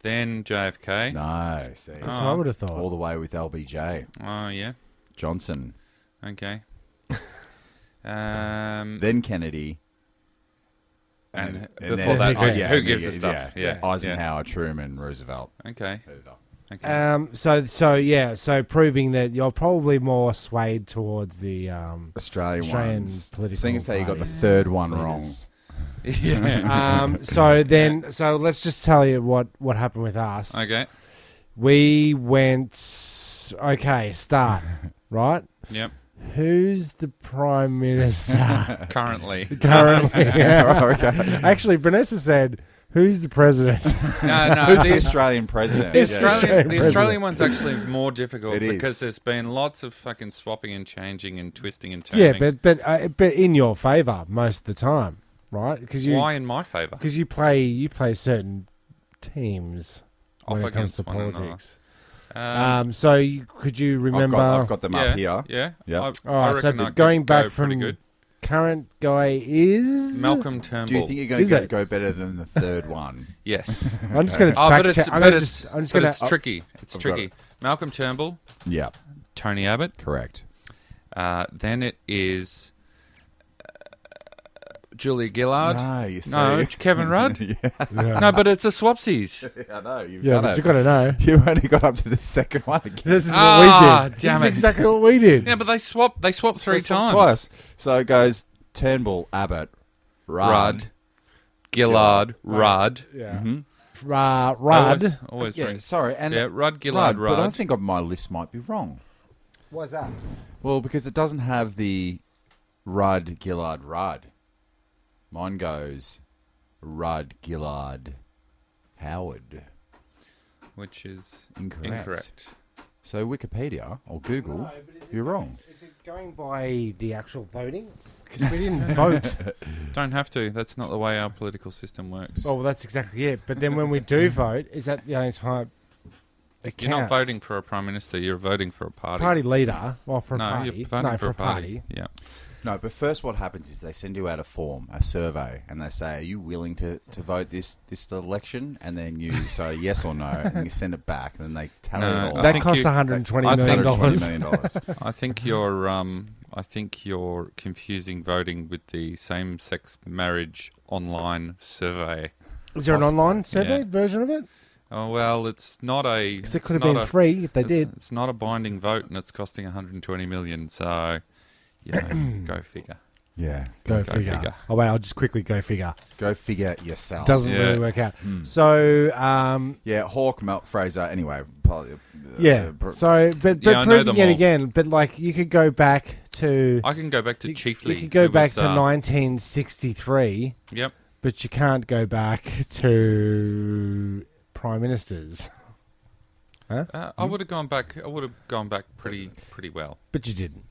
Speaker 5: Then JFK.
Speaker 3: No. see.
Speaker 4: that's what I would have thought.
Speaker 3: All the way with LBJ.
Speaker 5: Oh yeah.
Speaker 3: Johnson.
Speaker 5: Okay. Um,
Speaker 3: Then Kennedy.
Speaker 5: and
Speaker 3: and
Speaker 5: before
Speaker 3: then-
Speaker 5: that,
Speaker 4: and
Speaker 5: who,
Speaker 4: then-
Speaker 5: who gives a
Speaker 3: yeah,
Speaker 5: stuff?
Speaker 3: yeah.
Speaker 5: Yeah.
Speaker 3: Eisenhower, Truman, Roosevelt.
Speaker 5: yeah. Okay. Okay.
Speaker 4: Um, so so yeah, so proving that you're probably more swayed towards the um,
Speaker 3: Australian,
Speaker 4: Australian
Speaker 3: ones.
Speaker 4: political
Speaker 3: Seeing as how you got the
Speaker 4: parties.
Speaker 3: third one wrong.
Speaker 4: leaders.
Speaker 5: yeah.
Speaker 4: Um, so then, so let's just tell you what what happened with us.
Speaker 5: okay.
Speaker 4: We went okay. Start right.
Speaker 5: Yep.
Speaker 4: Who's the prime minister
Speaker 5: Currently.
Speaker 4: currently?
Speaker 5: Oh,
Speaker 3: Uh,
Speaker 4: Actually, Vanessa said, "Who's the president?"
Speaker 5: No, no.
Speaker 3: Who's
Speaker 5: the-
Speaker 3: the Australian president?
Speaker 4: The
Speaker 5: The
Speaker 4: Yeah.
Speaker 5: Australian, the
Speaker 4: Australian
Speaker 5: Australian one's actually more difficult
Speaker 3: It is.
Speaker 5: because there's been lots of fucking swapping and changing and twisting and turning.
Speaker 4: yeah, but but uh, but in your favor most of the time, right? Because you
Speaker 5: why in my favour?
Speaker 4: because you play you play certain teams
Speaker 5: Off
Speaker 4: when it comes
Speaker 5: against
Speaker 4: to
Speaker 5: one another.
Speaker 4: politics.
Speaker 5: Um,
Speaker 4: Um, so you, could you
Speaker 3: I've
Speaker 4: remember?
Speaker 3: got, I've got them
Speaker 5: yeah,
Speaker 3: up here.
Speaker 5: Yeah,
Speaker 3: Yeah.
Speaker 5: I,
Speaker 4: All right,
Speaker 5: I
Speaker 4: so
Speaker 5: reckon
Speaker 4: but
Speaker 5: I could
Speaker 4: going back
Speaker 5: go pretty
Speaker 4: from-
Speaker 5: good.
Speaker 4: current guy is
Speaker 5: Malcolm Turnbull.
Speaker 3: Do you think you're going
Speaker 4: Is
Speaker 3: to go,
Speaker 4: it?
Speaker 3: go better than the third one?
Speaker 5: yes.
Speaker 4: I'm just going to
Speaker 5: oh,
Speaker 4: fact
Speaker 5: but it's
Speaker 4: check. I'm
Speaker 5: but
Speaker 4: gonna
Speaker 5: it's,
Speaker 4: just, I'm just
Speaker 5: but
Speaker 4: gonna,
Speaker 5: it's tricky. It's
Speaker 3: Oh. I've got
Speaker 5: tricky. Malcolm Turnbull,
Speaker 3: yeah,
Speaker 5: Tony Abbott.
Speaker 3: correct.
Speaker 5: Uh, then it is uh, Julia Gillard.
Speaker 3: No, you
Speaker 5: No,
Speaker 3: see.
Speaker 5: it's Kevin Rudd.
Speaker 4: Yeah.
Speaker 5: No, but it's a swapsies.
Speaker 3: I know. You've
Speaker 4: yeah,
Speaker 3: done
Speaker 4: but
Speaker 3: it.
Speaker 4: you got to know.
Speaker 3: You only got up to the second one again.
Speaker 4: This is what
Speaker 5: Ah,
Speaker 4: we did.
Speaker 5: damn
Speaker 4: this
Speaker 5: it.
Speaker 4: is exactly what we did.
Speaker 5: Yeah, but they swap. They swap three
Speaker 3: First one
Speaker 5: times.
Speaker 3: Twice. So it goes Turnbull, Abbott, Rudd.
Speaker 5: Rudd, Gillard, Rudd.
Speaker 4: Yeah. Ra- Rudd.
Speaker 5: Always, always
Speaker 3: Yeah,
Speaker 5: rings.
Speaker 3: sorry. And
Speaker 5: Yeah, Rudd, Gillard, Rudd.
Speaker 3: But I think my list might be wrong.
Speaker 4: What's that?
Speaker 3: Well, because it doesn't have the Rudd Gillard Rudd. Mine goes Rudd Gillard Howard.
Speaker 5: which is
Speaker 3: Incorrect.
Speaker 5: incorrect.
Speaker 3: So Wikipedia or Google, you're wrong.
Speaker 4: Is it going by the actual voting? Because we didn't vote.
Speaker 5: Don't have to. That's not the way our political system works.
Speaker 4: Oh, well, that's exactly it. But then when we do vote, is that the only time it
Speaker 5: you're not
Speaker 4: counts?
Speaker 5: voting for a prime minister. You're voting for a party.
Speaker 4: party leader? Well, for a
Speaker 5: no,
Speaker 4: party.
Speaker 5: you're voting
Speaker 4: no,
Speaker 5: for a party. Yeah.
Speaker 3: No, but first, what happens is they send you out a form, a survey, and they say, "Are you willing to, to vote this this election?" And then you say yes or no, and then you send it back, and then they tally
Speaker 5: No,
Speaker 3: it all.
Speaker 5: I
Speaker 3: up.
Speaker 4: That
Speaker 5: think
Speaker 4: costs
Speaker 5: you-
Speaker 4: one hundred and twenty
Speaker 5: I think-
Speaker 3: $120
Speaker 4: million dollars.
Speaker 3: million dollars.
Speaker 5: I think you're um I think you're confusing voting with the same sex marriage online survey.
Speaker 4: Is there an online survey
Speaker 5: Yeah.
Speaker 4: version of it?
Speaker 5: Oh well, it's not a
Speaker 4: Because it
Speaker 5: it's
Speaker 4: could have
Speaker 5: not
Speaker 4: been
Speaker 5: a-
Speaker 4: free if they
Speaker 5: it's,
Speaker 4: did.
Speaker 5: it's not a binding vote and it's costing 120 million, so you know, go figure.
Speaker 3: Yeah,
Speaker 4: Go,
Speaker 5: figure. Oh,
Speaker 4: figure. Oh wait, I'll just quickly go figure.
Speaker 3: go figure yourself.
Speaker 4: Doesn't
Speaker 5: Yeah. Hmm.
Speaker 4: really work out. So, um,
Speaker 3: yeah, Hawke, Melt, Fraser. Anyway, probably, uh,
Speaker 4: yeah.
Speaker 3: pro-
Speaker 4: So, but but
Speaker 5: Yeah, I know
Speaker 4: proving
Speaker 5: them
Speaker 4: it
Speaker 5: all.
Speaker 4: again. But like, you could go back to
Speaker 5: I can go back to
Speaker 4: you,
Speaker 5: Chiefly.
Speaker 4: you could go
Speaker 5: who
Speaker 4: back
Speaker 5: was,
Speaker 4: to
Speaker 5: uh,
Speaker 4: 1963.
Speaker 5: Yep.
Speaker 4: but you can't go back to prime ministers.
Speaker 5: Uh,
Speaker 4: Hmm?
Speaker 5: I would have gone back. I would have gone back pretty pretty well.
Speaker 4: But you didn't.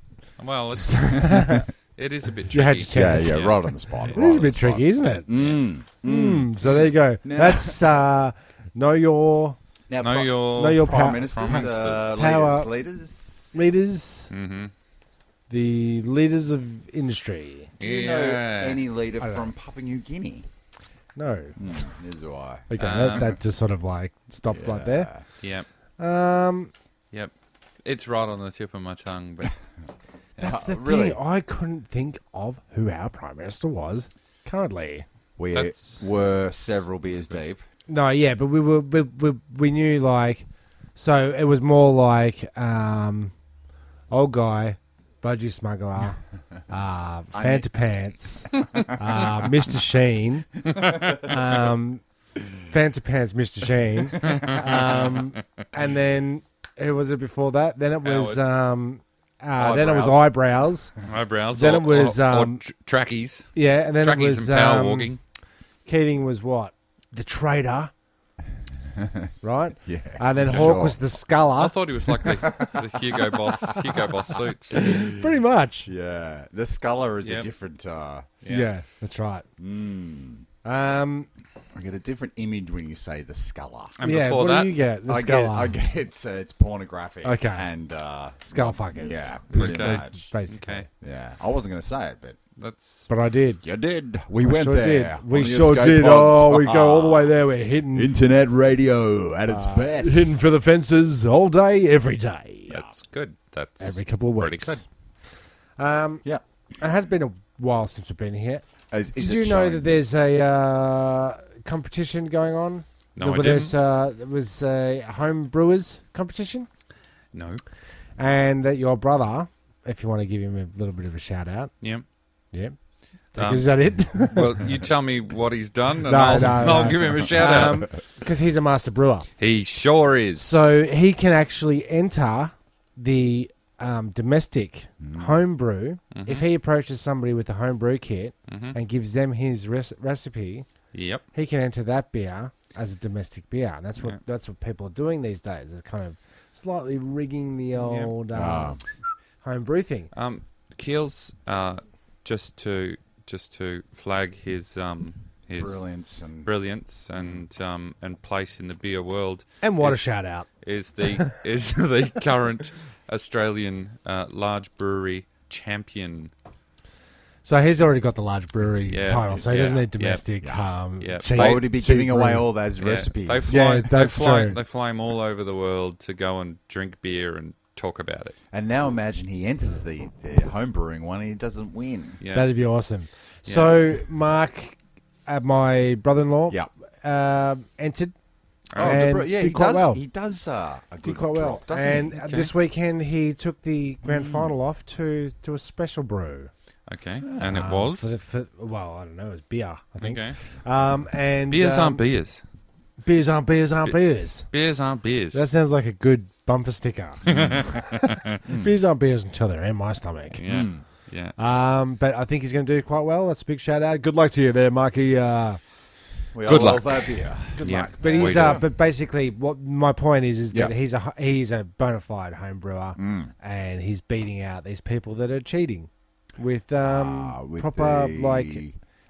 Speaker 5: Well, it's, it is a bit tricky.
Speaker 4: You had your
Speaker 3: yeah,
Speaker 4: chance.
Speaker 3: yeah,
Speaker 5: Yeah.
Speaker 3: right on the spot.
Speaker 4: It is a bit tricky, isn't it?
Speaker 3: Mm.
Speaker 4: Mm, so there you go.
Speaker 3: Now-
Speaker 4: That's uh, know your
Speaker 3: Now,
Speaker 5: Know your
Speaker 4: know your
Speaker 3: prime
Speaker 4: pa-
Speaker 3: ministers,
Speaker 5: Prime ministers.
Speaker 3: uh,
Speaker 4: Power-
Speaker 3: leaders, leaders,
Speaker 4: leaders,
Speaker 5: hmm
Speaker 4: the leaders of industry.
Speaker 3: Do you know
Speaker 5: Yeah.
Speaker 3: any leader
Speaker 4: I don't Hmm.
Speaker 3: from Papua New Guinea?
Speaker 4: No,
Speaker 3: Mm, is why.
Speaker 4: okay,
Speaker 5: Um,
Speaker 4: that, that just sort of like stopped right there.
Speaker 5: Yep.
Speaker 4: Um,
Speaker 5: Yep. It's right on the tip of my tongue, but
Speaker 4: that's
Speaker 3: Uh,
Speaker 4: the
Speaker 3: really?
Speaker 4: thing. I couldn't think of who our prime minister was currently.
Speaker 3: We
Speaker 5: That's-
Speaker 3: were several beers deep.
Speaker 4: No, yeah, but we were we, we, we knew like so it was more like um old guy, budgie smuggler, uh Fanta Pants, uh Mr. Sheen. Um Fanta Pants Mr. Sheen. Um and then who was it before that? Then it was
Speaker 5: Howard.
Speaker 4: um uh, then it was
Speaker 3: Eyebrows.
Speaker 4: eyebrows.
Speaker 5: eyebrows.
Speaker 4: Then
Speaker 5: or-
Speaker 4: it was,
Speaker 5: or, or
Speaker 4: um,
Speaker 5: tr- trackies,
Speaker 4: Yeah, and then it
Speaker 5: trackies
Speaker 4: was
Speaker 5: and power
Speaker 4: um,
Speaker 5: walking.
Speaker 4: Keating was what? The traitor. right?
Speaker 3: Yeah.
Speaker 4: And then
Speaker 3: Sure.
Speaker 4: Hawke was the
Speaker 5: I
Speaker 4: sculler.
Speaker 5: thought he was like the, the Hugo Boss, Hugo Boss suits. Yeah,
Speaker 4: Pretty much.
Speaker 3: Yeah, the sculler is a
Speaker 5: Yep.
Speaker 3: different. Uh,
Speaker 4: Yeah. that's right.
Speaker 3: mm,
Speaker 4: Um,
Speaker 3: I get a different image when you say the sculler.
Speaker 5: And
Speaker 4: yeah,
Speaker 5: before
Speaker 4: what
Speaker 5: that,
Speaker 4: do you get? Uh, The
Speaker 3: I get, I
Speaker 4: sculler.
Speaker 3: get it's, uh, it's pornographic.
Speaker 4: Okay.
Speaker 3: and uh,
Speaker 4: Skull fuckers.
Speaker 3: yeah, pretty
Speaker 5: Okay.
Speaker 3: much.
Speaker 4: Basically.
Speaker 5: okay,
Speaker 3: Yeah, I wasn't going to say it, but
Speaker 5: that's
Speaker 4: But I did.
Speaker 3: you did. We
Speaker 4: I
Speaker 3: went
Speaker 4: sure
Speaker 3: there.
Speaker 4: did. We
Speaker 3: on the
Speaker 4: sure
Speaker 3: escape
Speaker 4: did.
Speaker 3: pods.
Speaker 4: Oh, we go all the way Uh, there. We're hitting,
Speaker 3: Internet radio at its best.
Speaker 4: hitting for the fences all day, every day.
Speaker 5: that's good. That's
Speaker 4: Every couple of
Speaker 5: pretty
Speaker 4: weeks. Um,
Speaker 3: Yeah.
Speaker 4: it has been a while since we've been here.
Speaker 3: Is- is
Speaker 4: Did
Speaker 3: it
Speaker 4: you know
Speaker 3: showing?
Speaker 4: that there's a uh, competition going on?
Speaker 5: No, I
Speaker 4: There was,
Speaker 5: didn't.
Speaker 4: uh, there was a home brewers competition,
Speaker 5: No,
Speaker 4: and that your brother, if you want to give him a little bit of a shout out,
Speaker 5: yeah.
Speaker 4: yeah.
Speaker 5: Um,
Speaker 4: is that it?
Speaker 5: Well, you tell me what he's done, and
Speaker 4: No,
Speaker 5: I'll,
Speaker 4: no,
Speaker 5: I'll
Speaker 4: no. Um,
Speaker 5: give him a shout out.
Speaker 4: Because he's a master brewer.
Speaker 5: He sure is.
Speaker 4: So he can actually enter the um, domestic
Speaker 5: Mm.
Speaker 4: home brew. If
Speaker 5: Mm-hmm.
Speaker 4: he approaches somebody with a home brew kit and gives them his res- recipe,
Speaker 5: yep.
Speaker 4: he can enter that beer as a domestic beer. And that's what that's what people are doing these days. They're kind of slightly rigging the old um,
Speaker 3: Ah.
Speaker 4: home brew thing.
Speaker 5: Um, Keel's uh, just to just to flag his um his
Speaker 3: Brilliance and
Speaker 5: brilliance and um and place in the beer world
Speaker 4: And what a
Speaker 5: Is-
Speaker 4: shout out.
Speaker 5: is the is the current Australian uh, large brewery champion.
Speaker 4: So he's already got the large brewery
Speaker 5: Yeah,
Speaker 4: title, so he
Speaker 5: yeah,
Speaker 4: doesn't need
Speaker 5: yeah,
Speaker 4: domestic. um,
Speaker 5: yeah.
Speaker 4: cheap-
Speaker 3: Why would he be
Speaker 4: cheap
Speaker 3: giving away
Speaker 4: brew.
Speaker 3: all those
Speaker 5: Yeah,
Speaker 3: recipes?
Speaker 5: They fly, they,
Speaker 4: Yeah, that's
Speaker 5: fly
Speaker 4: true.
Speaker 5: they fly him all over the world to go and drink beer and talk about it.
Speaker 3: And now imagine he enters the, the home brewing one and he doesn't win.
Speaker 5: Yeah.
Speaker 4: That'd be awesome. So Mark, uh, my brother-in-law,
Speaker 3: Yeah.
Speaker 4: um, entered.
Speaker 5: Oh,
Speaker 4: and
Speaker 3: Bro, yeah,
Speaker 4: did
Speaker 3: he
Speaker 4: quite
Speaker 3: does.
Speaker 4: well.
Speaker 3: He does. Uh, a
Speaker 4: did
Speaker 3: good
Speaker 4: quite well.
Speaker 3: Drop, doesn't
Speaker 4: and
Speaker 3: he?
Speaker 4: uh, this weekend he took the
Speaker 5: Mm.
Speaker 4: grand final off to to a special brew.
Speaker 5: okay. And it
Speaker 4: um,
Speaker 5: was.
Speaker 4: for the, for, well, I don't know, it was beer, I think.
Speaker 5: okay.
Speaker 4: Um, and
Speaker 5: Beers
Speaker 4: um,
Speaker 5: aren't beers.
Speaker 4: beers aren't beers aren't beers.
Speaker 5: Beers aren't beers.
Speaker 4: That sounds like a good bumper sticker.
Speaker 3: Hmm.
Speaker 4: beers aren't beers until they're in my stomach.
Speaker 5: yeah. Yeah.
Speaker 4: Um, but I think he's going to do quite well. That's a big shout out. Good luck to you there, Marky. Uh,
Speaker 3: We
Speaker 5: Good
Speaker 3: all
Speaker 5: luck.
Speaker 3: have here.
Speaker 5: Good
Speaker 4: Mark. But he's uh, but basically what my point is is that
Speaker 3: Yeah. Hmm.
Speaker 4: he's a he's a bona fide home brewer and he's beating out these people that are cheating with um
Speaker 3: Ah, with
Speaker 4: proper
Speaker 3: the-
Speaker 4: like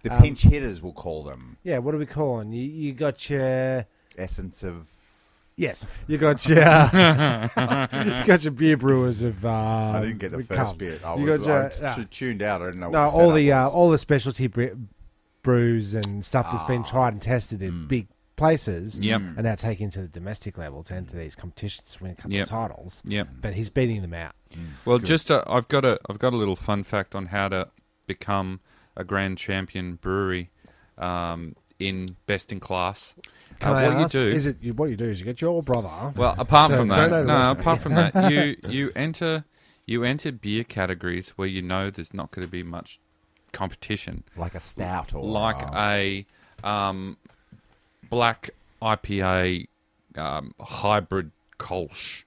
Speaker 3: the
Speaker 4: um,
Speaker 3: pinch hitters, we'll call them.
Speaker 4: yeah what are we calling you you got your
Speaker 3: Essence of
Speaker 4: yes you got your you got your beer brewers of uh,
Speaker 3: I didn't get the first bit. I was
Speaker 4: you got
Speaker 3: I
Speaker 4: your,
Speaker 3: was
Speaker 4: yeah.
Speaker 3: t- tuned out. I didn't know.
Speaker 4: no
Speaker 3: what
Speaker 4: all the uh,
Speaker 3: setup was.
Speaker 4: all the specialty bre- brews and stuff that's
Speaker 3: Ah.
Speaker 4: been tried and tested in
Speaker 3: Mm.
Speaker 4: big places
Speaker 5: Yep.
Speaker 4: and now taken to the domestic level to enter these competitions to win a couple
Speaker 5: Yep.
Speaker 4: of titles
Speaker 5: Yep.
Speaker 4: but he's beating them out
Speaker 5: Well, just uh, I've got a I've got a little fun fact on how to become a grand champion brewery um, in best in class. Uh,
Speaker 4: Can I
Speaker 5: what
Speaker 4: ask,
Speaker 5: you do
Speaker 4: is it you- what you do is you get your brother
Speaker 5: Well, apart
Speaker 4: So
Speaker 5: from that,
Speaker 4: don't know the
Speaker 5: no.
Speaker 4: recipe.
Speaker 5: Apart from that, you you enter you enter beer categories where you know there's not going to be much competition,
Speaker 3: like a stout or uh,
Speaker 5: like a um, black IPA um, hybrid Kolsch.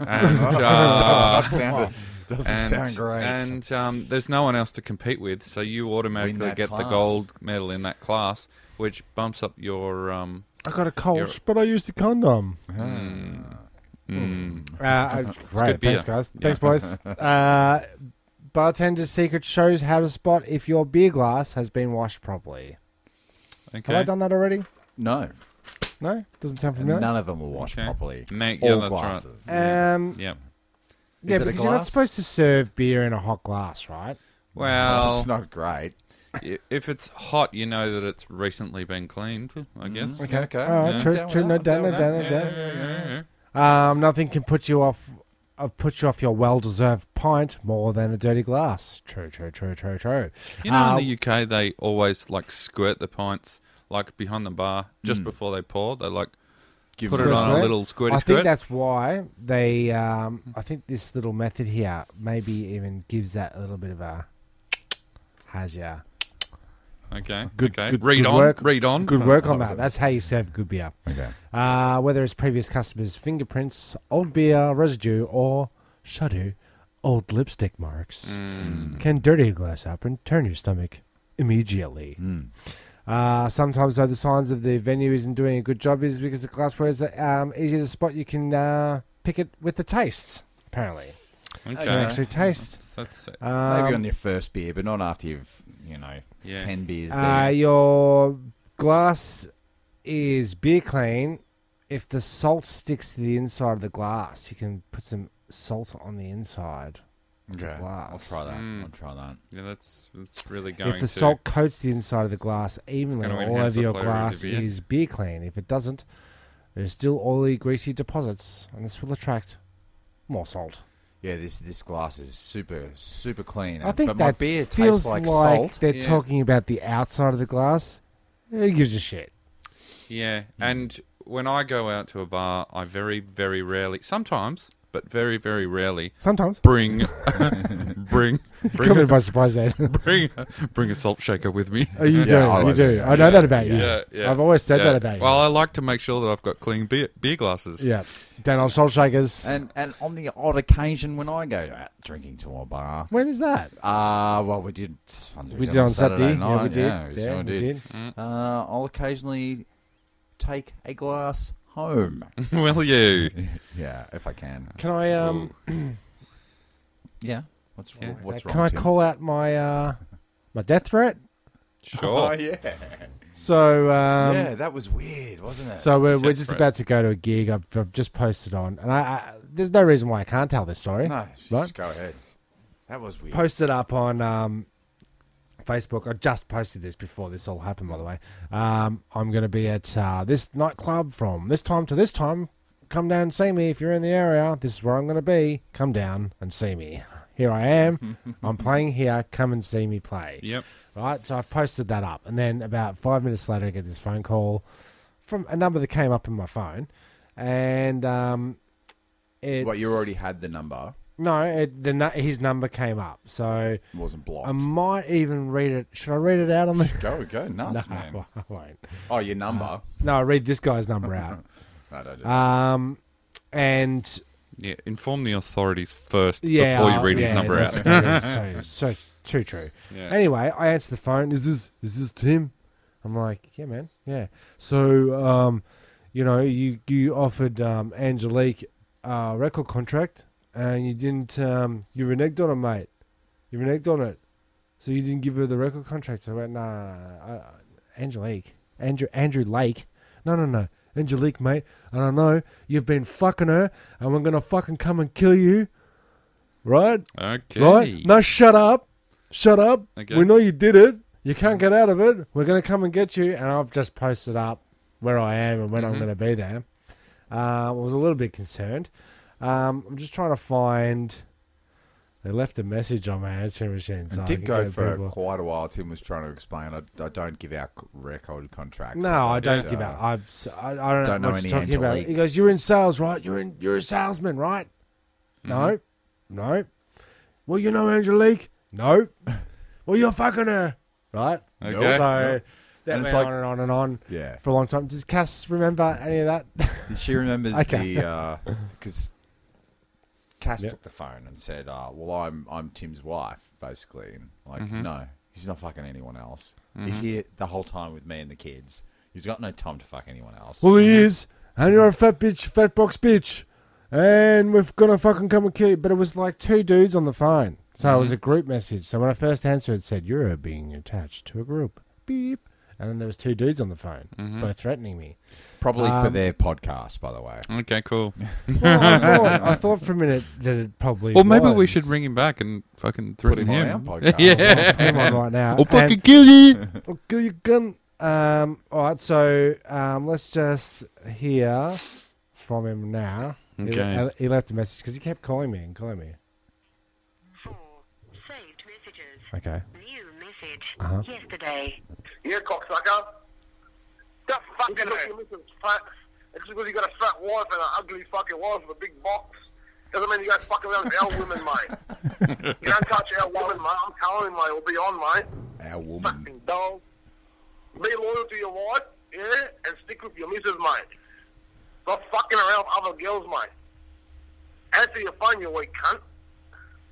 Speaker 5: And, uh,
Speaker 3: doesn't sound, doesn't
Speaker 5: and,
Speaker 3: sound great.
Speaker 5: and, um, there's no one else to compete with, so you automatically
Speaker 3: that
Speaker 5: get the
Speaker 3: class.
Speaker 5: gold medal in that class, which bumps up your um,
Speaker 4: I got a
Speaker 5: You're-
Speaker 4: cold, but I used the condom.
Speaker 3: Hmm.
Speaker 5: mm,
Speaker 4: Uh, uh, great,
Speaker 5: good beer.
Speaker 4: thanks guys, thanks boys. Uh, bartender's secret shows how to spot if your beer glass has been washed properly.
Speaker 5: okay.
Speaker 4: Have I done that already?
Speaker 3: no,
Speaker 4: No, doesn't sound familiar.
Speaker 3: none of them were washed
Speaker 5: Okay.
Speaker 3: properly.
Speaker 5: Ma- yeah,
Speaker 3: All
Speaker 5: that's right.
Speaker 3: glasses.
Speaker 4: Um,
Speaker 5: Yeah.
Speaker 4: yeah,
Speaker 3: it a
Speaker 4: because you're not
Speaker 3: glass?
Speaker 4: supposed to serve beer in a hot glass, right?
Speaker 5: Well,
Speaker 3: it's not great.
Speaker 5: I- if it's hot, you know that it's recently been cleaned.
Speaker 4: Mm-hmm.
Speaker 5: I guess.
Speaker 3: Okay, okay.
Speaker 4: All right,
Speaker 5: Yeah.
Speaker 4: true,
Speaker 3: Down with
Speaker 4: true,
Speaker 3: that,
Speaker 4: no
Speaker 3: I'm
Speaker 4: doubt,
Speaker 3: down
Speaker 4: no
Speaker 3: with
Speaker 4: doubt, no doubt. Um, nothing can put you off. I've put you off your well-deserved pint more than a dirty glass. True, true, true, true, true.
Speaker 5: You know,
Speaker 4: Uh,
Speaker 5: in the UK, they always like squirt the pints like behind the bar just before they pour. They like
Speaker 3: Give
Speaker 5: put
Speaker 3: them
Speaker 5: it
Speaker 4: Mm. a
Speaker 5: on a
Speaker 4: squirt.
Speaker 5: little squirty
Speaker 4: I
Speaker 5: squirt.
Speaker 4: think that's why they. Um, I think this little method here maybe even gives that a little bit of a. Has ya?
Speaker 5: okay.
Speaker 4: Good-
Speaker 5: okay.
Speaker 4: good-
Speaker 5: read
Speaker 4: good
Speaker 5: on.
Speaker 4: work.
Speaker 5: Read on.
Speaker 4: Good work on that. That's how you serve good beer.
Speaker 3: Okay.
Speaker 4: Uh, whether it's previous customers' fingerprints, old beer residue, or shudder, old lipstick marks
Speaker 3: Mm.
Speaker 4: can dirty a glass up and turn your stomach immediately.
Speaker 3: Mm.
Speaker 4: Uh, sometimes, though, the signs of the venue isn't doing a good job is because the glassware is um, easy to spot. You can uh, pick it with the taste, apparently.
Speaker 5: Okay.
Speaker 4: You can actually taste.
Speaker 5: That's, that's it.
Speaker 4: Um,
Speaker 3: Maybe on your first beer, but not after you've you know
Speaker 5: Yeah.
Speaker 3: ten beers.
Speaker 4: Uh,
Speaker 3: down.
Speaker 4: your glass is beer clean. If the salt sticks to the inside of the glass, you can put some salt on the inside.
Speaker 3: okay. I'll
Speaker 4: glass.
Speaker 3: try that.
Speaker 5: Mm.
Speaker 3: I'll try that.
Speaker 5: Yeah, that's that's really going
Speaker 4: if
Speaker 5: to.
Speaker 4: the salt coats the inside of the glass evenly
Speaker 5: gonna
Speaker 4: all
Speaker 5: enhance
Speaker 4: over
Speaker 5: the
Speaker 4: your
Speaker 5: flavour of the
Speaker 4: glass,
Speaker 5: beer.
Speaker 4: is beer clean. If it doesn't, there's still oily, greasy deposits, and this will attract more salt.
Speaker 3: Yeah, this this glass is super super clean.
Speaker 4: I think
Speaker 3: but
Speaker 4: that
Speaker 3: my beer
Speaker 4: feels
Speaker 3: tastes like, salt.
Speaker 4: they're
Speaker 5: Yeah.
Speaker 4: talking about the outside of the glass. Who gives a shit?
Speaker 5: Yeah,
Speaker 4: Hmm.
Speaker 5: and when I go out to a bar, I very very rarely, sometimes, but very very rarely,
Speaker 4: Sometimes.
Speaker 5: bring bring
Speaker 4: Caught me
Speaker 5: bring
Speaker 4: by surprise there.
Speaker 5: bring bring a salt shaker with me.
Speaker 4: Oh, you do.
Speaker 3: Yeah, I
Speaker 4: you
Speaker 3: like
Speaker 4: do.
Speaker 3: that.
Speaker 4: I know
Speaker 3: Yeah,
Speaker 4: that about you.
Speaker 5: Yeah, yeah.
Speaker 4: I've always said
Speaker 5: yeah.
Speaker 4: that about you.
Speaker 5: Well, I like to make sure that I've got clean beer, beer glasses.
Speaker 4: yeah. Down on salt shakers.
Speaker 3: And and on the odd occasion when I go out drinking to a bar,
Speaker 4: when is that?
Speaker 3: Uh, well, we did.
Speaker 4: We did on Saturday. yeah,
Speaker 3: night.
Speaker 4: we did.
Speaker 3: Yeah,
Speaker 4: Yeah,
Speaker 3: sure
Speaker 4: we did.
Speaker 3: Uh, I'll occasionally take a glass home.
Speaker 5: Will you?
Speaker 3: yeah, if I can.
Speaker 4: Can I um? uh,
Speaker 3: Yeah. What's,
Speaker 5: Yeah.
Speaker 3: what's wrong?
Speaker 4: Can I
Speaker 3: Tim?
Speaker 4: call out my uh my death threat?
Speaker 5: Sure.
Speaker 3: Oh yeah.
Speaker 4: So um.
Speaker 3: yeah, that was weird, wasn't it?
Speaker 4: So we're, we're
Speaker 5: Death
Speaker 4: just
Speaker 5: threat.
Speaker 4: about to go to a gig I've, I've just posted on, and I, I there's no reason why I can't tell this story.
Speaker 3: no, just
Speaker 4: Right.
Speaker 3: go ahead. That was weird.
Speaker 4: posted up on um, Facebook. I just posted this before this all happened, by the way. Um, I'm going to be at uh, this nightclub from this time to this time. Come down and see me if you're in the area. This is where I'm going to be. Come down and see me. Here I am. I'm playing here. Come and see me play.
Speaker 5: Yep.
Speaker 4: Right. So I've posted that up, and then about five minutes later, I get this phone call from a number that came up in my phone, and um, it's
Speaker 3: What you already had the number
Speaker 4: no, it, the nu- his number came up, so.
Speaker 3: It wasn't blocked.
Speaker 4: I might even read it. Should I read it out on the?
Speaker 3: go go
Speaker 4: No,
Speaker 3: nuts, man.
Speaker 4: I won't.
Speaker 3: Oh, your number.
Speaker 4: No, I read this guy's number out.
Speaker 3: No, no, no.
Speaker 4: Um, and
Speaker 5: Yeah. Inform the authorities first
Speaker 4: yeah,
Speaker 5: before you read
Speaker 4: yeah,
Speaker 5: his number out.
Speaker 4: that's- that is so so too true.
Speaker 5: Yeah.
Speaker 4: Anyway, I answer the phone. Is this is this Tim? I'm like, yeah, man, yeah. So, um, you know, you you offered um, Angelique a record contract, and you didn't. Um, you reneged on it, mate. You reneged on it. So you didn't give her the record contract. So I went, no, no, no, no. I, Angelique, Andrew, Andrew Lake. No, no, no, Angelique, mate. And I know you've been fucking her, and we're gonna fucking come and kill you, right?
Speaker 5: Okay.
Speaker 4: Right? No, shut up. Shut up.
Speaker 5: Okay.
Speaker 4: We know you did it. You can't get out of it. We're going to come and get you. And I've just posted up where I am and when
Speaker 3: Mm-hmm.
Speaker 4: I'm going to be there. Uh, I was a little bit concerned. Um, I'm just trying to find. They left a message on my answering machine. So
Speaker 3: I
Speaker 4: I
Speaker 3: did
Speaker 4: can
Speaker 3: go
Speaker 4: get
Speaker 3: for
Speaker 4: people-
Speaker 3: quite a while. Tim was trying to explain. I, I don't give out c- record contracts.
Speaker 4: No, I don't
Speaker 3: uh,
Speaker 4: give out. I've, s- I, I don't,
Speaker 3: Don't
Speaker 4: know
Speaker 3: know
Speaker 4: what
Speaker 3: any
Speaker 4: you're talking about. He
Speaker 3: Angeliques.
Speaker 4: goes, "You're in sales, right? You're in. You're a salesman, right?
Speaker 3: Mm-hmm.
Speaker 4: No, no. Well, you know Angelique. No. well, you're fucking her, right?
Speaker 5: Okay.
Speaker 4: So that
Speaker 3: And it's
Speaker 4: went
Speaker 3: like-
Speaker 4: on and on and on
Speaker 3: Yeah,
Speaker 4: for a long time. Does Cass remember any of that?
Speaker 3: she remembers
Speaker 4: Okay.
Speaker 3: the because Cass
Speaker 4: Yep.
Speaker 3: took the phone and said, uh, "Well, I'm I'm Tim's wife, basically." And like, no, he's not fucking anyone else. He's here the whole time with me and the kids. He's got no time to fuck anyone else.
Speaker 4: well, he is, and you're a fat bitch, fat box bitch, and we're gonna fucking come and kill you. But it was like two dudes on the phone, so
Speaker 5: Mm-hmm.
Speaker 4: it was a group message. So when I first answered, it said, "You're being attached to a group." Beep. And then there was two dudes on the phone,
Speaker 5: Mm-hmm.
Speaker 4: both threatening me.
Speaker 3: Probably for
Speaker 4: Um,
Speaker 3: their podcast, by the way.
Speaker 5: Okay, cool.
Speaker 4: Well, I, thought, I thought for a minute that it probably.
Speaker 5: Well, maybe we
Speaker 4: was.
Speaker 5: should ring him back and fucking
Speaker 3: Put
Speaker 5: threaten
Speaker 3: him on
Speaker 5: him.
Speaker 3: our podcast.
Speaker 5: yeah.
Speaker 4: Hang on right now.
Speaker 5: I'll
Speaker 4: And-
Speaker 5: fucking kill you.
Speaker 4: I'll kill your gun. Um, all right, so um, let's just hear from him now. He-
Speaker 5: Okay.
Speaker 4: He, left a message because he kept calling me and calling me.
Speaker 8: Four saved messages.
Speaker 4: Okay.
Speaker 8: New message
Speaker 4: Uh-huh.
Speaker 8: yesterday.
Speaker 9: Yeah, cocksucker. Just fucking listen, listen, fat. It's because you got a fat wife and an ugly fucking wife with a big box. Doesn't mean you guys fucking around with our women, mate. you don't touch our woman, mate. I'm telling you, mate. We'll be on, mate.
Speaker 3: Our woman.
Speaker 9: Fucking dog. Be loyal to your wife, yeah, and stick with your missus, mate. Stop fucking around with other girls, mate. Answer your phone, you weak cunt.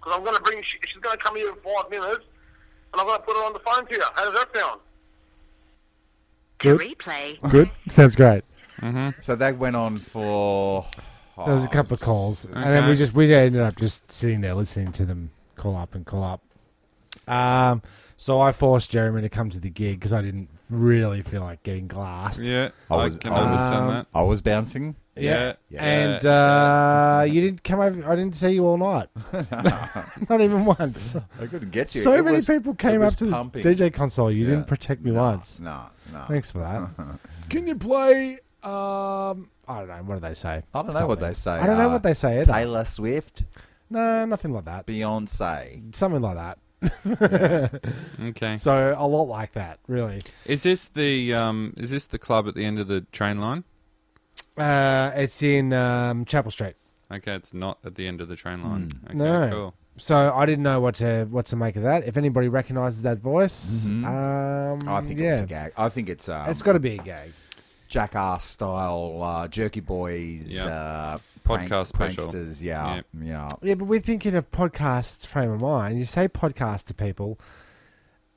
Speaker 9: Because I'm going to bring... She, she's going to come here in five minutes, and I'm going to put her on the phone to you. How does that sound?
Speaker 4: Good.
Speaker 8: Replay.
Speaker 4: Good. Sounds great.
Speaker 3: So that went on for.
Speaker 4: There
Speaker 3: Oh,
Speaker 4: was a couple of calls, and then we just we ended up just sitting there listening to them call up and call up. Um, so I forced Jeremy to come to the gig because I didn't really feel like getting glassed.
Speaker 5: Yeah,
Speaker 3: I
Speaker 5: I,
Speaker 3: was-
Speaker 5: can
Speaker 3: I was-
Speaker 5: understand
Speaker 4: Um,
Speaker 5: that.
Speaker 3: I was bouncing.
Speaker 5: Yeah.
Speaker 3: Yeah.
Speaker 4: And uh, you didn't come over. I didn't see you all night. Not even once.
Speaker 3: I couldn't get you.
Speaker 4: So
Speaker 3: It
Speaker 4: many
Speaker 3: was-
Speaker 4: people
Speaker 3: it
Speaker 4: came
Speaker 3: was
Speaker 4: up to
Speaker 3: pumping.
Speaker 4: the DJ console. You
Speaker 3: Yeah.
Speaker 4: didn't protect me once.
Speaker 3: No, no.
Speaker 4: Thanks for that. Can you play? Um, I don't know. What do they say?
Speaker 3: I don't know what they say.
Speaker 4: I don't know
Speaker 3: Uh,
Speaker 4: what they say either.
Speaker 3: Taylor Swift,
Speaker 4: No, nothing like that.
Speaker 3: Beyonce.
Speaker 4: Something like that.
Speaker 5: Um, Okay.
Speaker 4: So a lot like that, really.
Speaker 5: Is this the um? Is this the club at the end of the train line?
Speaker 4: Uh, it's in um, Chapel Street.
Speaker 5: Okay, it's not at the end of the train line. Okay,
Speaker 4: No.
Speaker 5: cool.
Speaker 4: So I didn't know what to what to make of that. If anybody recognises that voice,
Speaker 3: Mhm.
Speaker 4: um,
Speaker 3: I think
Speaker 4: yeah,
Speaker 3: it was a gag. I think it's um,
Speaker 4: it's got to be a gag.
Speaker 3: jackass style uh, jerky boys
Speaker 5: Yeah.
Speaker 3: uh,
Speaker 5: Podcast
Speaker 3: prank,
Speaker 5: special.
Speaker 3: pranksters. Yeah, yeah.
Speaker 4: Yeah, but we're thinking of podcast frame of mind. You say podcast to people,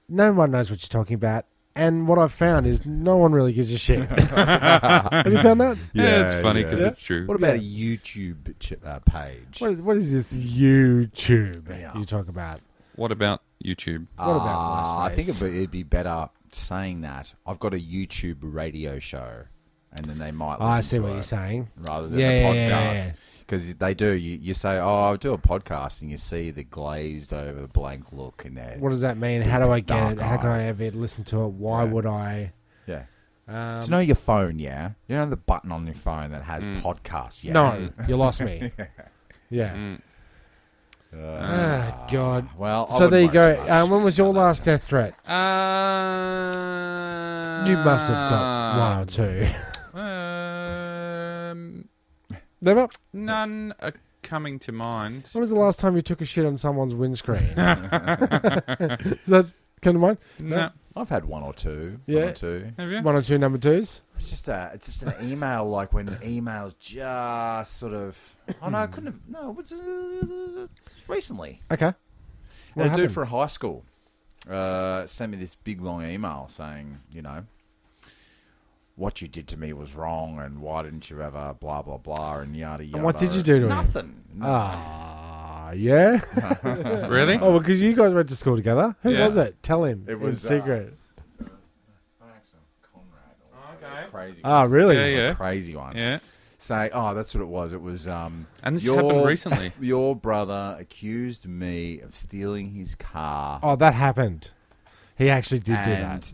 Speaker 4: no one knows what you're talking about. And what I've found is no one really gives a shit. Have you found that?
Speaker 5: Yeah, it's funny because it's true.
Speaker 3: What about a YouTube ch- uh, page?
Speaker 4: What, what is this YouTube
Speaker 3: Yeah.
Speaker 4: you talk about?
Speaker 5: What about YouTube?
Speaker 4: What about
Speaker 3: Uh, I
Speaker 4: MySpace?
Speaker 3: think it'd be, it'd be better saying that I've got a YouTube radio show, and then they might. Listen
Speaker 4: I see
Speaker 3: to
Speaker 4: what
Speaker 3: it
Speaker 4: you're saying.
Speaker 3: Rather than
Speaker 4: Yeah,
Speaker 3: the
Speaker 4: yeah,
Speaker 3: podcast.
Speaker 4: yeah, yeah, yeah.
Speaker 3: Because they do, you, you say, "Oh, I do a podcast," and you see the glazed over blank look in there.
Speaker 4: What does that mean? How do I get
Speaker 3: Dark
Speaker 4: it? How can I
Speaker 3: eyes.
Speaker 4: ever listen to it? Why
Speaker 3: Yeah.
Speaker 4: would I?
Speaker 3: Yeah.
Speaker 4: Um,
Speaker 3: Do you know your phone? Yeah. You know the button on your phone that has
Speaker 5: Hmm.
Speaker 3: podcast? Yeah. Mm.
Speaker 4: No, you lost me. Yeah. Ah, God.
Speaker 3: Well, I
Speaker 4: so there you
Speaker 3: wouldn't
Speaker 4: go.
Speaker 3: mind so much.
Speaker 4: Um, when was your
Speaker 3: No, that's
Speaker 4: last death threat?
Speaker 5: Uh,
Speaker 4: You must have
Speaker 3: Ah.
Speaker 4: got one or two.
Speaker 5: Um,
Speaker 4: Never.
Speaker 5: none are coming to mind.
Speaker 4: When was the last time you took a shit on someone's windscreen? Is that kind of mine?
Speaker 5: No,
Speaker 3: I've had one or two. One
Speaker 4: Yeah.
Speaker 3: or two.
Speaker 5: have you?
Speaker 4: One or two number twos?
Speaker 3: It's just a, it's just an email like when emails just sort of. Oh no, I
Speaker 4: Hmm.
Speaker 3: couldn't. Have, no, it was uh, recently.
Speaker 4: Okay. What
Speaker 3: What a dude
Speaker 4: happened?
Speaker 3: for high school uh, sent me this big long email saying, you know, what you did to me was wrong, and why didn't you ever blah blah blah and yada yada.
Speaker 4: what did you do to him?
Speaker 3: Nothing.
Speaker 4: Ah, yeah.
Speaker 5: Really?
Speaker 4: oh, because you guys went to school together. Who
Speaker 5: Yeah.
Speaker 4: was it? Tell him.
Speaker 3: It
Speaker 4: It
Speaker 3: was, uh,
Speaker 4: was secret.
Speaker 5: okay.
Speaker 3: Crazy.
Speaker 4: Ah, really?
Speaker 5: Yeah, yeah.
Speaker 3: Crazy one.
Speaker 5: Yeah.
Speaker 3: Say, oh, that's what it was. It was. Um,
Speaker 5: And this happened recently.
Speaker 3: Your brother accused me of stealing his car.
Speaker 4: Oh, that happened. He actually did do
Speaker 3: and,
Speaker 4: that.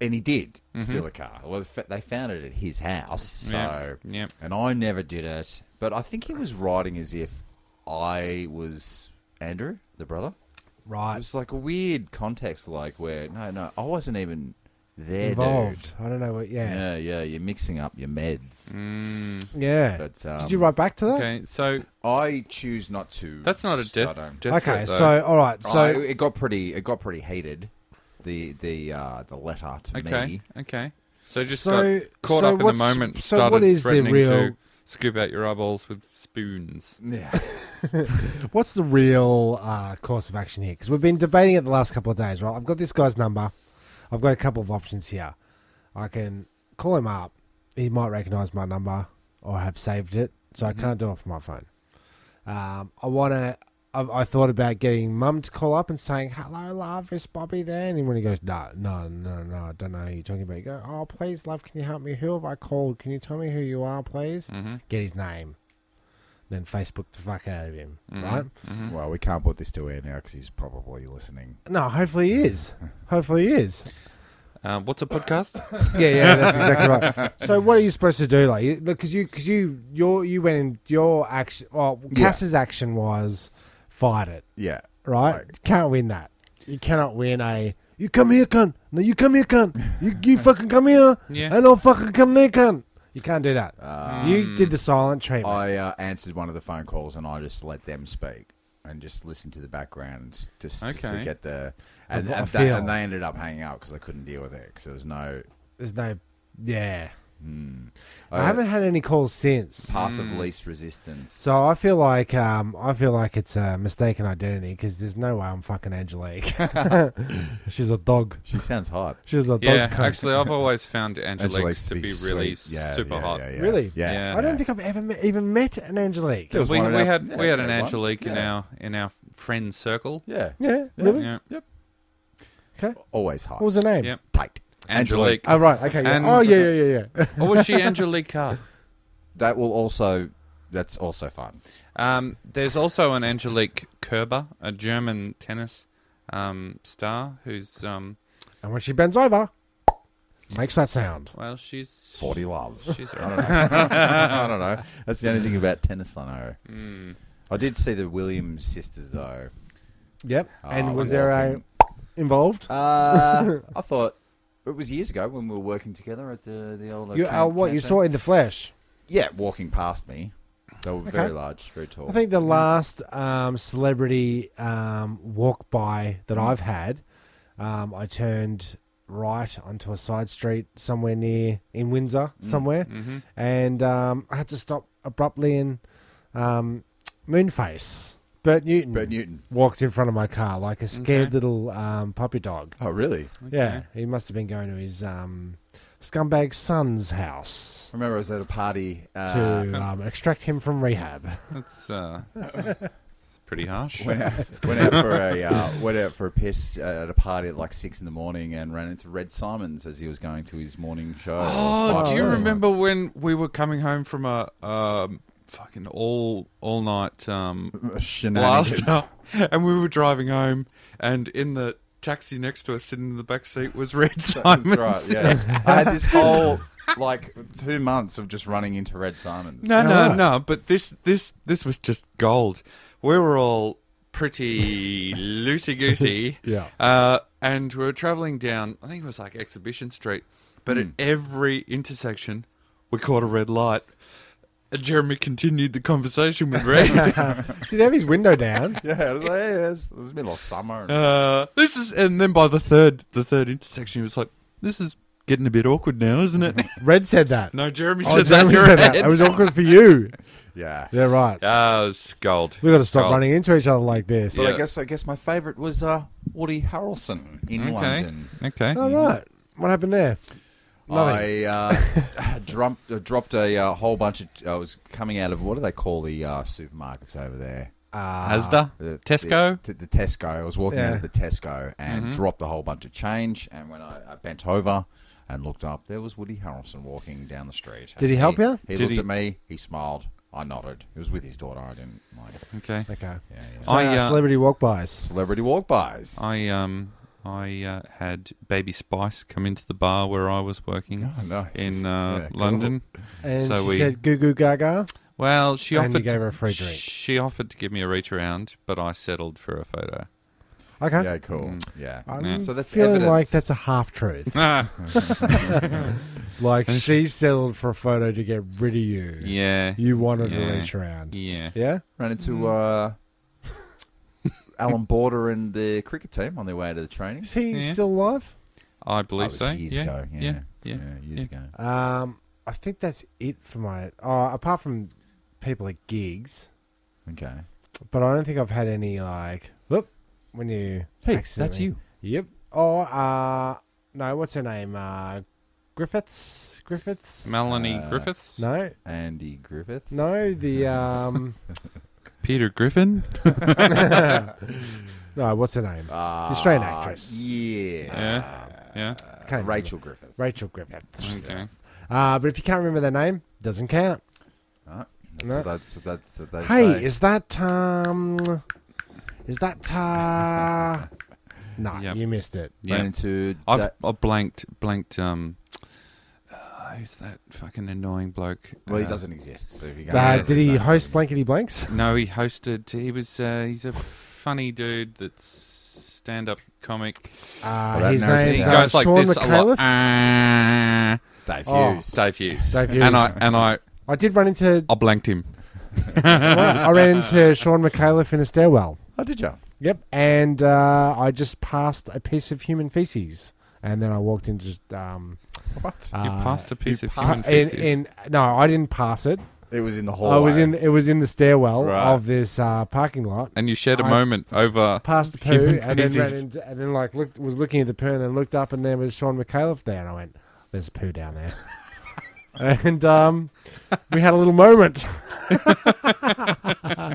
Speaker 3: and he did steal a car. Well, fa- they found it at his house. So,
Speaker 5: Mm-hmm. Yeah, yeah.
Speaker 3: and I never did it. But I think he was writing as if I was Andrew, the brother. It
Speaker 4: Right.
Speaker 3: was like a weird context, like where no, no, I wasn't even there,
Speaker 4: Involved.
Speaker 3: dude.
Speaker 4: I don't know what. Yeah.
Speaker 3: Yeah, yeah, you're mixing up your meds.
Speaker 5: Mm.
Speaker 4: Yeah.
Speaker 3: But
Speaker 4: did you
Speaker 3: um,
Speaker 4: write back to that?
Speaker 5: Okay, so
Speaker 3: I choose not to.
Speaker 5: that's not a
Speaker 3: start
Speaker 5: death.
Speaker 3: on.
Speaker 5: death
Speaker 4: Okay,
Speaker 5: threat, though.
Speaker 4: so all right, so
Speaker 3: So it got pretty. It got pretty heated. The the uh, the letter to
Speaker 5: okay,
Speaker 3: me.
Speaker 5: okay. So just
Speaker 4: So-
Speaker 5: got caught
Speaker 4: so
Speaker 5: up in the
Speaker 4: what's-
Speaker 5: moment.
Speaker 4: so
Speaker 5: started
Speaker 4: what is the
Speaker 5: threatening
Speaker 4: real-
Speaker 5: to scoop out your eyeballs with spoons.
Speaker 3: Yeah.
Speaker 4: what's the real uh, course of action here? Because we've been debating it the last couple of days, right? I've got this guy's number. I've got a couple of options here. I can call him up. He might recognize my number or have saved it, so I can't do it from my phone. Um, I want to. I, I thought about getting mum to call up and saying, "Hello, love, is Bobby there?" And when he goes, "No, no, no, no, I don't know who you're talking about," you go, "Oh, please, love, can you help me? Who have I called? Can you tell me who you are, please?" Get his name, then Facebook the fuck out of him, right?
Speaker 3: Well, we can't put this to air now because he's probably listening.
Speaker 4: No, hopefully he is. Hopefully he is.
Speaker 5: Um, what's a podcast?
Speaker 4: Yeah, yeah, that's exactly right. So what are you supposed to do? Like, you- look, because you, because you, your, you went in your action. Well,
Speaker 3: Yeah.
Speaker 4: Cass's action was fight it,
Speaker 3: Yeah.
Speaker 4: right? Can't win that. You cannot win a. You come here, cunt. No, you come here, cunt. You, you fucking come here,
Speaker 5: Yeah.
Speaker 4: and I'll fucking come there, cunt. You can't do that. you did the silent treatment.
Speaker 3: I uh, answered one of the phone calls and I just let them speak and just listened to the background and s- just, just to
Speaker 5: Okay.
Speaker 3: get the and,
Speaker 4: I
Speaker 3: and,
Speaker 4: feel-
Speaker 3: they, and they ended up hanging out because I couldn't deal with it because there was no
Speaker 4: There's no. Yeah, I
Speaker 3: uh,
Speaker 4: haven't had any calls since.
Speaker 3: path of least resistance.
Speaker 4: So I feel like um, I feel like it's a mistaken identity because there's no way I'm fucking Angelique. She's a dog.
Speaker 3: She sounds hot.
Speaker 4: She's a dog.
Speaker 5: yeah,
Speaker 4: cunt.
Speaker 5: actually, I've always found
Speaker 3: Angelique's
Speaker 5: Angelique's to be really
Speaker 3: sweet. Yeah,
Speaker 5: super
Speaker 3: yeah,
Speaker 5: hot.
Speaker 3: yeah, yeah.
Speaker 4: Really?
Speaker 3: Yeah.
Speaker 5: Yeah.
Speaker 4: I don't think I've ever met, even met an Angelique.
Speaker 3: There was
Speaker 5: We,
Speaker 3: one at
Speaker 5: we
Speaker 3: our-
Speaker 5: had
Speaker 3: yeah,
Speaker 5: we had an
Speaker 3: one.
Speaker 5: Angelique in
Speaker 3: Yeah.
Speaker 5: our in our friend circle.
Speaker 3: Yeah.
Speaker 4: Yeah, really?
Speaker 5: Yeah.
Speaker 4: Okay.
Speaker 3: Always hot.
Speaker 4: What was her name?
Speaker 5: Yep.
Speaker 3: Tight.
Speaker 5: Angelique.
Speaker 4: Oh right. Okay. Yeah.
Speaker 5: And-
Speaker 4: oh yeah, yeah, yeah, yeah.
Speaker 5: Or was she Angelica?
Speaker 3: That will also. That's also fun.
Speaker 5: Um, there's also an Angelique Kerber, a German tennis um, star, who's um,
Speaker 4: and when she bends over, makes that sound.
Speaker 5: well, she's
Speaker 3: Forty loves.
Speaker 5: She's
Speaker 3: I
Speaker 5: all
Speaker 3: don't
Speaker 5: right.
Speaker 3: know. I don't know. That's the only thing about tennis I know.
Speaker 4: Hmm.
Speaker 3: I did see the Williams sisters though.
Speaker 4: Yep.
Speaker 3: Oh,
Speaker 4: and was
Speaker 3: that's
Speaker 4: there a
Speaker 3: fucking-
Speaker 4: involved?
Speaker 3: Uh, I thought it was years ago when we were working together at the the old.
Speaker 4: you,
Speaker 3: camp-
Speaker 4: uh, what you
Speaker 3: campsite.
Speaker 4: saw in the flesh?
Speaker 3: Yeah, walking past me. They were very
Speaker 4: Okay.
Speaker 3: large, very tall.
Speaker 4: I think the last um, celebrity um, walk by
Speaker 3: Mm.
Speaker 4: that I've had, um, I turned right onto a side street somewhere near in Windsor,
Speaker 3: Mm.
Speaker 4: somewhere,
Speaker 3: Mm-hmm.
Speaker 4: and um, I had to stop abruptly. And um, Moonface, Bert Newton,
Speaker 3: Bert Newton.
Speaker 4: walked in front of my car like a scared little um, puppy dog.
Speaker 3: Oh, really? I
Speaker 4: Yeah, he must have been going to his um, scumbag son's house.
Speaker 3: remember I was at a party. Uh,
Speaker 4: To um, extract him from rehab.
Speaker 5: That's uh, that's, that's pretty harsh.
Speaker 3: Went out, went out for a uh, went out for a piss uh, at a party at like six in the morning and ran into Red Simons as he was going to his morning show.
Speaker 5: Oh,
Speaker 3: Five
Speaker 5: do you
Speaker 3: AM.
Speaker 5: remember when we were coming home from a um, fucking all all night um,
Speaker 3: Shenanigans.
Speaker 5: blast, and we were driving home, and in the taxi next to us, sitting in the back seat, was Red Simon.
Speaker 3: That's right. Yeah, I had this whole like two months of just running into Red Simons.
Speaker 5: No,
Speaker 4: All
Speaker 5: no,
Speaker 4: right.
Speaker 5: no. But this, this, this was just gold. We were all pretty loosey goosey.
Speaker 4: Yeah.
Speaker 5: Uh, and we were traveling down. I think it was like Exhibition Street. But
Speaker 4: Hmm.
Speaker 5: at every intersection, we caught a red light. And Jeremy continued the conversation with Red.
Speaker 4: Did he have his window down?
Speaker 3: Yeah, it was like, hey, it's, it's middle of summer. And,
Speaker 5: uh, this is, and then by the third, the third intersection, he was like, "This is getting a bit awkward now, isn't it?"
Speaker 4: Red said that.
Speaker 5: no, Jeremy
Speaker 4: Oh,
Speaker 5: said
Speaker 4: Jeremy
Speaker 5: that.
Speaker 4: said that. It was awkward for you.
Speaker 3: yeah.
Speaker 4: Yeah, right.
Speaker 5: Ah, it's gold.
Speaker 4: We've got to stop
Speaker 5: Gold.
Speaker 4: running into each other like this.
Speaker 3: But
Speaker 5: Yeah.
Speaker 3: I guess I guess my favourite was uh, Woody Harrelson in
Speaker 5: Okay.
Speaker 3: London.
Speaker 5: Okay.
Speaker 4: All right. What happened there?
Speaker 3: I uh, dropped, uh, dropped a uh, whole bunch of. I was coming out of what do they call the uh, supermarkets over there?
Speaker 5: Asda,
Speaker 3: The-
Speaker 5: Tesco.
Speaker 3: The, the Tesco. I was walking out
Speaker 4: Yeah.
Speaker 3: of the Tesco and dropped a whole bunch of change. And when I, I bent over and looked up, there was Woody Harrelson walking down the street.
Speaker 4: Did he help you?
Speaker 3: He
Speaker 5: Did
Speaker 3: looked
Speaker 5: he-
Speaker 3: at me. He smiled. I nodded. It was with his daughter. I didn't like
Speaker 5: Okay.
Speaker 4: Okay.
Speaker 3: yeah, yeah.
Speaker 4: So,
Speaker 5: I,
Speaker 4: uh,
Speaker 5: uh,
Speaker 4: celebrity walk-bys.
Speaker 3: celebrity walk bys.
Speaker 5: I um I uh, had Baby Spice come into the bar where I was working
Speaker 3: Oh, nice.
Speaker 5: in uh,
Speaker 3: Yeah, cool.
Speaker 5: London.
Speaker 4: And
Speaker 5: So
Speaker 4: she
Speaker 5: we-
Speaker 4: said, goo goo gaga.
Speaker 5: Well, she
Speaker 4: And you
Speaker 5: offered
Speaker 4: gave her a free drink.
Speaker 5: She offered to give me a reach around, but I settled for a photo.
Speaker 4: Okay.
Speaker 3: Yeah, cool. Yeah.
Speaker 4: I'm
Speaker 5: Yeah.
Speaker 3: So that's
Speaker 4: feeling like
Speaker 3: evidence.
Speaker 4: that's a half-truth.
Speaker 5: Ah,
Speaker 4: like, she settled for a photo to get rid of you.
Speaker 5: yeah,
Speaker 4: You wanted to
Speaker 5: Yeah.
Speaker 4: reach around.
Speaker 5: yeah.
Speaker 4: Yeah?
Speaker 3: Ran into uh, Alan Border and the cricket team on their way to the training.
Speaker 4: Is he
Speaker 5: Yeah.
Speaker 4: still alive?
Speaker 5: I
Speaker 3: That
Speaker 5: believe
Speaker 3: was
Speaker 5: so.
Speaker 3: Years
Speaker 5: yeah.
Speaker 3: ago. Yeah.
Speaker 5: yeah, yeah,
Speaker 3: years
Speaker 5: yeah.
Speaker 3: ago.
Speaker 4: Um, I think that's it for my... Uh, apart from people at gigs,
Speaker 3: Okay.
Speaker 4: but I don't think I've had any, like... Look, when you... accidentally- Yep. Oh, uh... No, what's her name? Uh, Griffiths? Griffiths?
Speaker 5: Melanie
Speaker 3: Uh,
Speaker 5: Griffiths,
Speaker 4: no,
Speaker 3: Andy Griffiths.
Speaker 4: no, the um,
Speaker 5: Peter Griffin.
Speaker 4: no, what's her name?
Speaker 3: Ah,
Speaker 4: The Australian actress.
Speaker 3: Yeah.
Speaker 5: Yeah, yeah.
Speaker 4: Can't remember.
Speaker 3: Rachel Griffiths.
Speaker 4: Rachel Griffiths.
Speaker 5: Okay.
Speaker 4: Uh, but if you can't remember their name, doesn't count.
Speaker 3: Ah, that's,
Speaker 4: No.
Speaker 3: what, that's, that's what they
Speaker 4: hey,
Speaker 3: say.
Speaker 4: is that um, is that uh, no,
Speaker 5: Yep.
Speaker 4: you missed it.
Speaker 3: Ran
Speaker 5: Yeah,
Speaker 3: into
Speaker 5: I've,
Speaker 3: Da-
Speaker 5: I've blanked blanked. Um, uh, who's that fucking annoying bloke?
Speaker 3: well, he
Speaker 5: Uh,
Speaker 3: doesn't exist. So if you
Speaker 4: Uh,
Speaker 3: can't-
Speaker 4: did he host Blankety Blanks? Uh,
Speaker 5: No, he hosted. He was. Uh, he's a funny dude that's stand-up comic.
Speaker 4: Uh,
Speaker 3: that
Speaker 4: his
Speaker 3: narrows it
Speaker 5: And
Speaker 4: name's
Speaker 5: he
Speaker 3: down.
Speaker 4: uh,
Speaker 5: goes like
Speaker 4: Sean
Speaker 5: this a
Speaker 4: McAuliffe.
Speaker 5: lot. Ah,
Speaker 3: Dave
Speaker 4: Oh.
Speaker 3: Hughes.
Speaker 5: Dave Hughes.
Speaker 4: Dave Hughes.
Speaker 5: And I and I
Speaker 4: I did run into
Speaker 5: I blanked him.
Speaker 4: I ran into Sean McAuliffe in a stairwell.
Speaker 3: Oh, did you?
Speaker 4: Yep, and uh, I just passed a piece of human feces, and then I walked into um,
Speaker 3: What?
Speaker 5: You
Speaker 4: uh,
Speaker 5: passed a piece of
Speaker 4: pa-
Speaker 5: human
Speaker 4: in,
Speaker 5: feces.
Speaker 4: in no, I didn't pass it.
Speaker 3: It was in the hallway.
Speaker 4: I was in. It was in the stairwell
Speaker 3: Oh, Right.
Speaker 4: of this uh, parking lot.
Speaker 5: and you shared a
Speaker 4: I-
Speaker 5: moment over.
Speaker 4: Passed the poo
Speaker 5: Human
Speaker 4: and then ran
Speaker 5: feces.
Speaker 4: into, and then like looked was looking at the poo and then looked up and there was Sean McAuliffe there and I went, "There's poo down there," and um, we had a little moment.
Speaker 3: So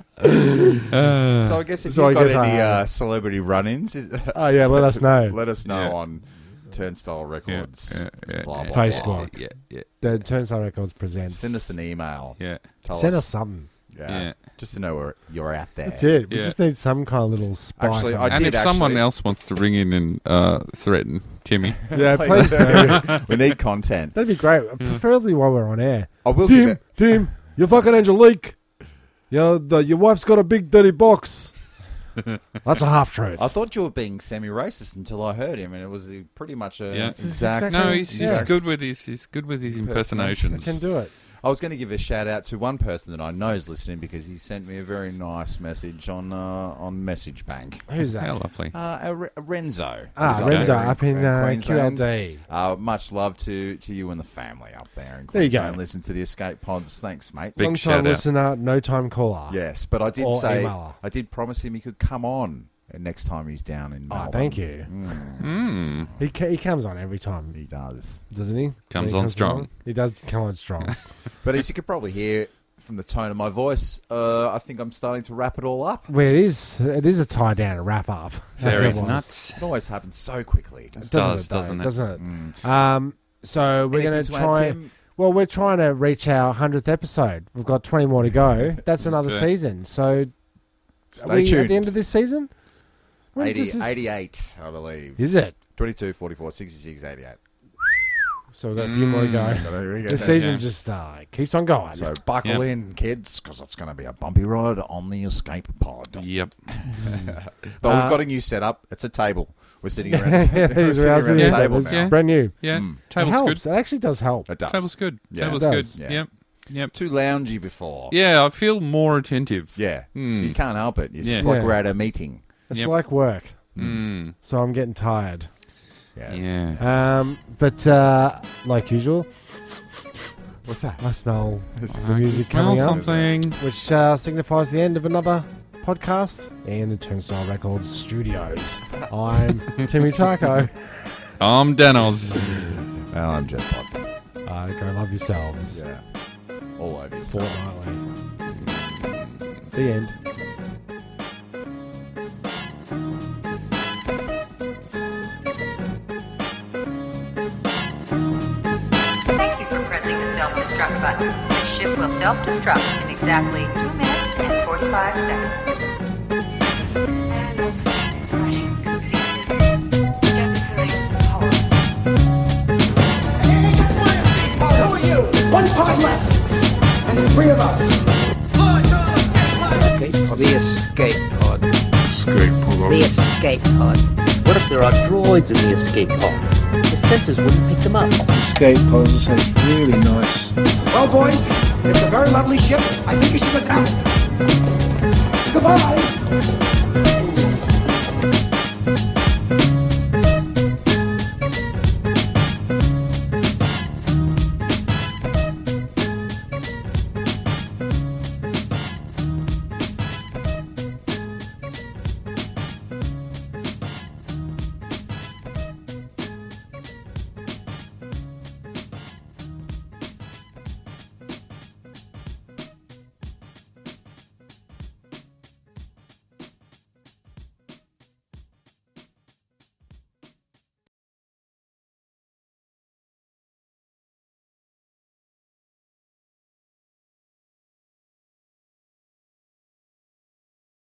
Speaker 3: I guess if
Speaker 4: So
Speaker 3: you've
Speaker 4: I
Speaker 3: got
Speaker 4: guess
Speaker 3: any
Speaker 4: I-
Speaker 3: uh, celebrity run-ins, is-
Speaker 4: Oh yeah, let us know.
Speaker 3: let us know
Speaker 5: Yeah.
Speaker 3: on Turnstile Records.
Speaker 5: yeah, yeah,
Speaker 3: blah,
Speaker 5: yeah,
Speaker 3: blah,
Speaker 4: Facebook.
Speaker 5: Yeah, yeah,
Speaker 4: the Turnstile Records presents.
Speaker 3: Send us an email.
Speaker 5: yeah.
Speaker 3: Tell
Speaker 4: Send us something.
Speaker 3: Yeah,
Speaker 5: Yeah.
Speaker 3: Just to know where you're out there.
Speaker 4: That's it. We
Speaker 5: Yeah.
Speaker 4: just need some kind of little spike.
Speaker 3: Actually,
Speaker 4: on
Speaker 3: I
Speaker 4: it.
Speaker 5: And
Speaker 3: did
Speaker 5: if someone
Speaker 3: actually-
Speaker 5: else wants to ring in and uh, threaten Timmy,
Speaker 4: yeah, please. do.
Speaker 3: we need content.
Speaker 4: That'd be great. Preferably while we're on air.
Speaker 3: I will give
Speaker 4: Tim,
Speaker 3: it.
Speaker 4: Tim, you're fucking Angelique. You know, the, your wife's got a big dirty box. That's a half truth.
Speaker 3: I thought you were being semi-racist until I heard him, and it was the- pretty much a
Speaker 5: Yeah. It's
Speaker 3: exact.
Speaker 4: exactly-
Speaker 5: no, he's, he's
Speaker 4: Yeah.
Speaker 5: good with his he's good with his impersonations.
Speaker 4: can do it.
Speaker 3: I was going to give a shout out to one person that I know is listening because he sent me a very nice message on uh, on Message Bank.
Speaker 4: Who's that?
Speaker 5: How lovely.
Speaker 3: Uh, a Re- a Renzo.
Speaker 4: Ah,
Speaker 3: Who's up
Speaker 4: Renzo
Speaker 3: there
Speaker 4: up in uh,
Speaker 3: Queensland.
Speaker 4: QLD.
Speaker 3: Uh, much love to, to you and the family up there in
Speaker 4: There you go.
Speaker 3: Queensland. Listen to the Escape Pods. Thanks, mate.
Speaker 5: Big
Speaker 4: Long
Speaker 5: shout
Speaker 4: time
Speaker 5: out.
Speaker 4: listener, no time caller.
Speaker 3: Yes, but I did
Speaker 4: Or
Speaker 3: say
Speaker 4: emailer.
Speaker 3: I did promise him he could come on next time he's down in
Speaker 4: Oh,
Speaker 3: Melbourne.
Speaker 4: thank you.
Speaker 5: Mm.
Speaker 4: He, ca- he comes on every time,
Speaker 3: He does,
Speaker 4: doesn't he?
Speaker 5: Comes
Speaker 4: He
Speaker 5: on strong.
Speaker 4: He does come on strong.
Speaker 3: but as you could probably hear from the tone of my voice, uh, I think I'm starting to wrap it all up.
Speaker 4: well, it is. It is a tie down, a wrap up. That's
Speaker 5: There
Speaker 4: what
Speaker 5: is
Speaker 4: it was.
Speaker 5: nuts.
Speaker 3: It always happens so quickly. doesn't it? Mm.
Speaker 5: Does,
Speaker 4: Doesn't it? though?
Speaker 5: doesn't it?
Speaker 4: Doesn't it? Um, so we're going
Speaker 3: Anything
Speaker 4: to
Speaker 3: to add,
Speaker 4: try.
Speaker 3: Tim?
Speaker 4: Well, we're trying to reach our hundredth episode. We've got twenty more to go. That's another
Speaker 5: Okay.
Speaker 4: season. So
Speaker 3: Stay
Speaker 4: are we
Speaker 3: tuned.
Speaker 4: at the end of this season? When
Speaker 3: 80,
Speaker 4: does this-
Speaker 3: 88, I believe.
Speaker 4: Is it?
Speaker 3: 22, 44, 66, 88.
Speaker 4: So we've got a few more to go.
Speaker 3: So there we go.
Speaker 4: The season
Speaker 5: Yeah.
Speaker 4: just uh, keeps on going.
Speaker 3: Mm. So buckle in, kids, because it's going to be a bumpy ride on the escape pod.
Speaker 5: Yep.
Speaker 3: But
Speaker 4: Uh,
Speaker 3: we've got a new setup. It's a table. We're sitting around, we're
Speaker 4: It is
Speaker 3: sitting
Speaker 4: our
Speaker 3: around the
Speaker 4: season.
Speaker 3: table
Speaker 4: It's
Speaker 3: now.
Speaker 5: Yeah.
Speaker 4: brand new.
Speaker 5: Yeah.
Speaker 3: Hmm.
Speaker 4: It
Speaker 5: Table's
Speaker 4: helps.
Speaker 5: good.
Speaker 4: It actually does help.
Speaker 3: It does.
Speaker 5: Table's good.
Speaker 3: Yeah.
Speaker 5: Table's
Speaker 4: It
Speaker 5: good.
Speaker 4: does.
Speaker 3: Yeah.
Speaker 5: Yep. Yep.
Speaker 3: Too loungy before.
Speaker 5: Yeah, I feel more attentive.
Speaker 3: Yeah.
Speaker 5: Mm.
Speaker 3: You can't help it. It's
Speaker 5: Yeah.
Speaker 3: just like
Speaker 4: Yeah.
Speaker 3: we're at a meeting.
Speaker 4: It's
Speaker 5: Yep.
Speaker 4: like work.
Speaker 5: Mm.
Speaker 4: So I'm getting tired.
Speaker 3: Yeah.
Speaker 5: Yeah.
Speaker 4: Um, but uh, like usual,
Speaker 3: What's that?
Speaker 4: I smell
Speaker 3: This
Speaker 4: the music
Speaker 5: Smell
Speaker 4: coming up.
Speaker 5: something.
Speaker 4: which uh, signifies the end of another podcast in the Turnstile Records studios. I'm Timmy Taco.
Speaker 5: I'm Danos.
Speaker 3: And I'm Jeff Bodkin.
Speaker 4: Uh, go love yourselves.
Speaker 3: Yeah. All over yourself.
Speaker 4: Fortnightly. The end.
Speaker 10: Thank you for pressing the self-destruct button. The ship will self-destruct in exactly 2 minutes and 45 seconds.
Speaker 2: Escape pod. The escape pod. The escape pod.
Speaker 11: What if there are droids in the escape pod? The sensors wouldn't pick them up.
Speaker 2: Escape pod sounds really nice.
Speaker 1: Well, boys, it's a very lovely ship. I think you should look out. Goodbye.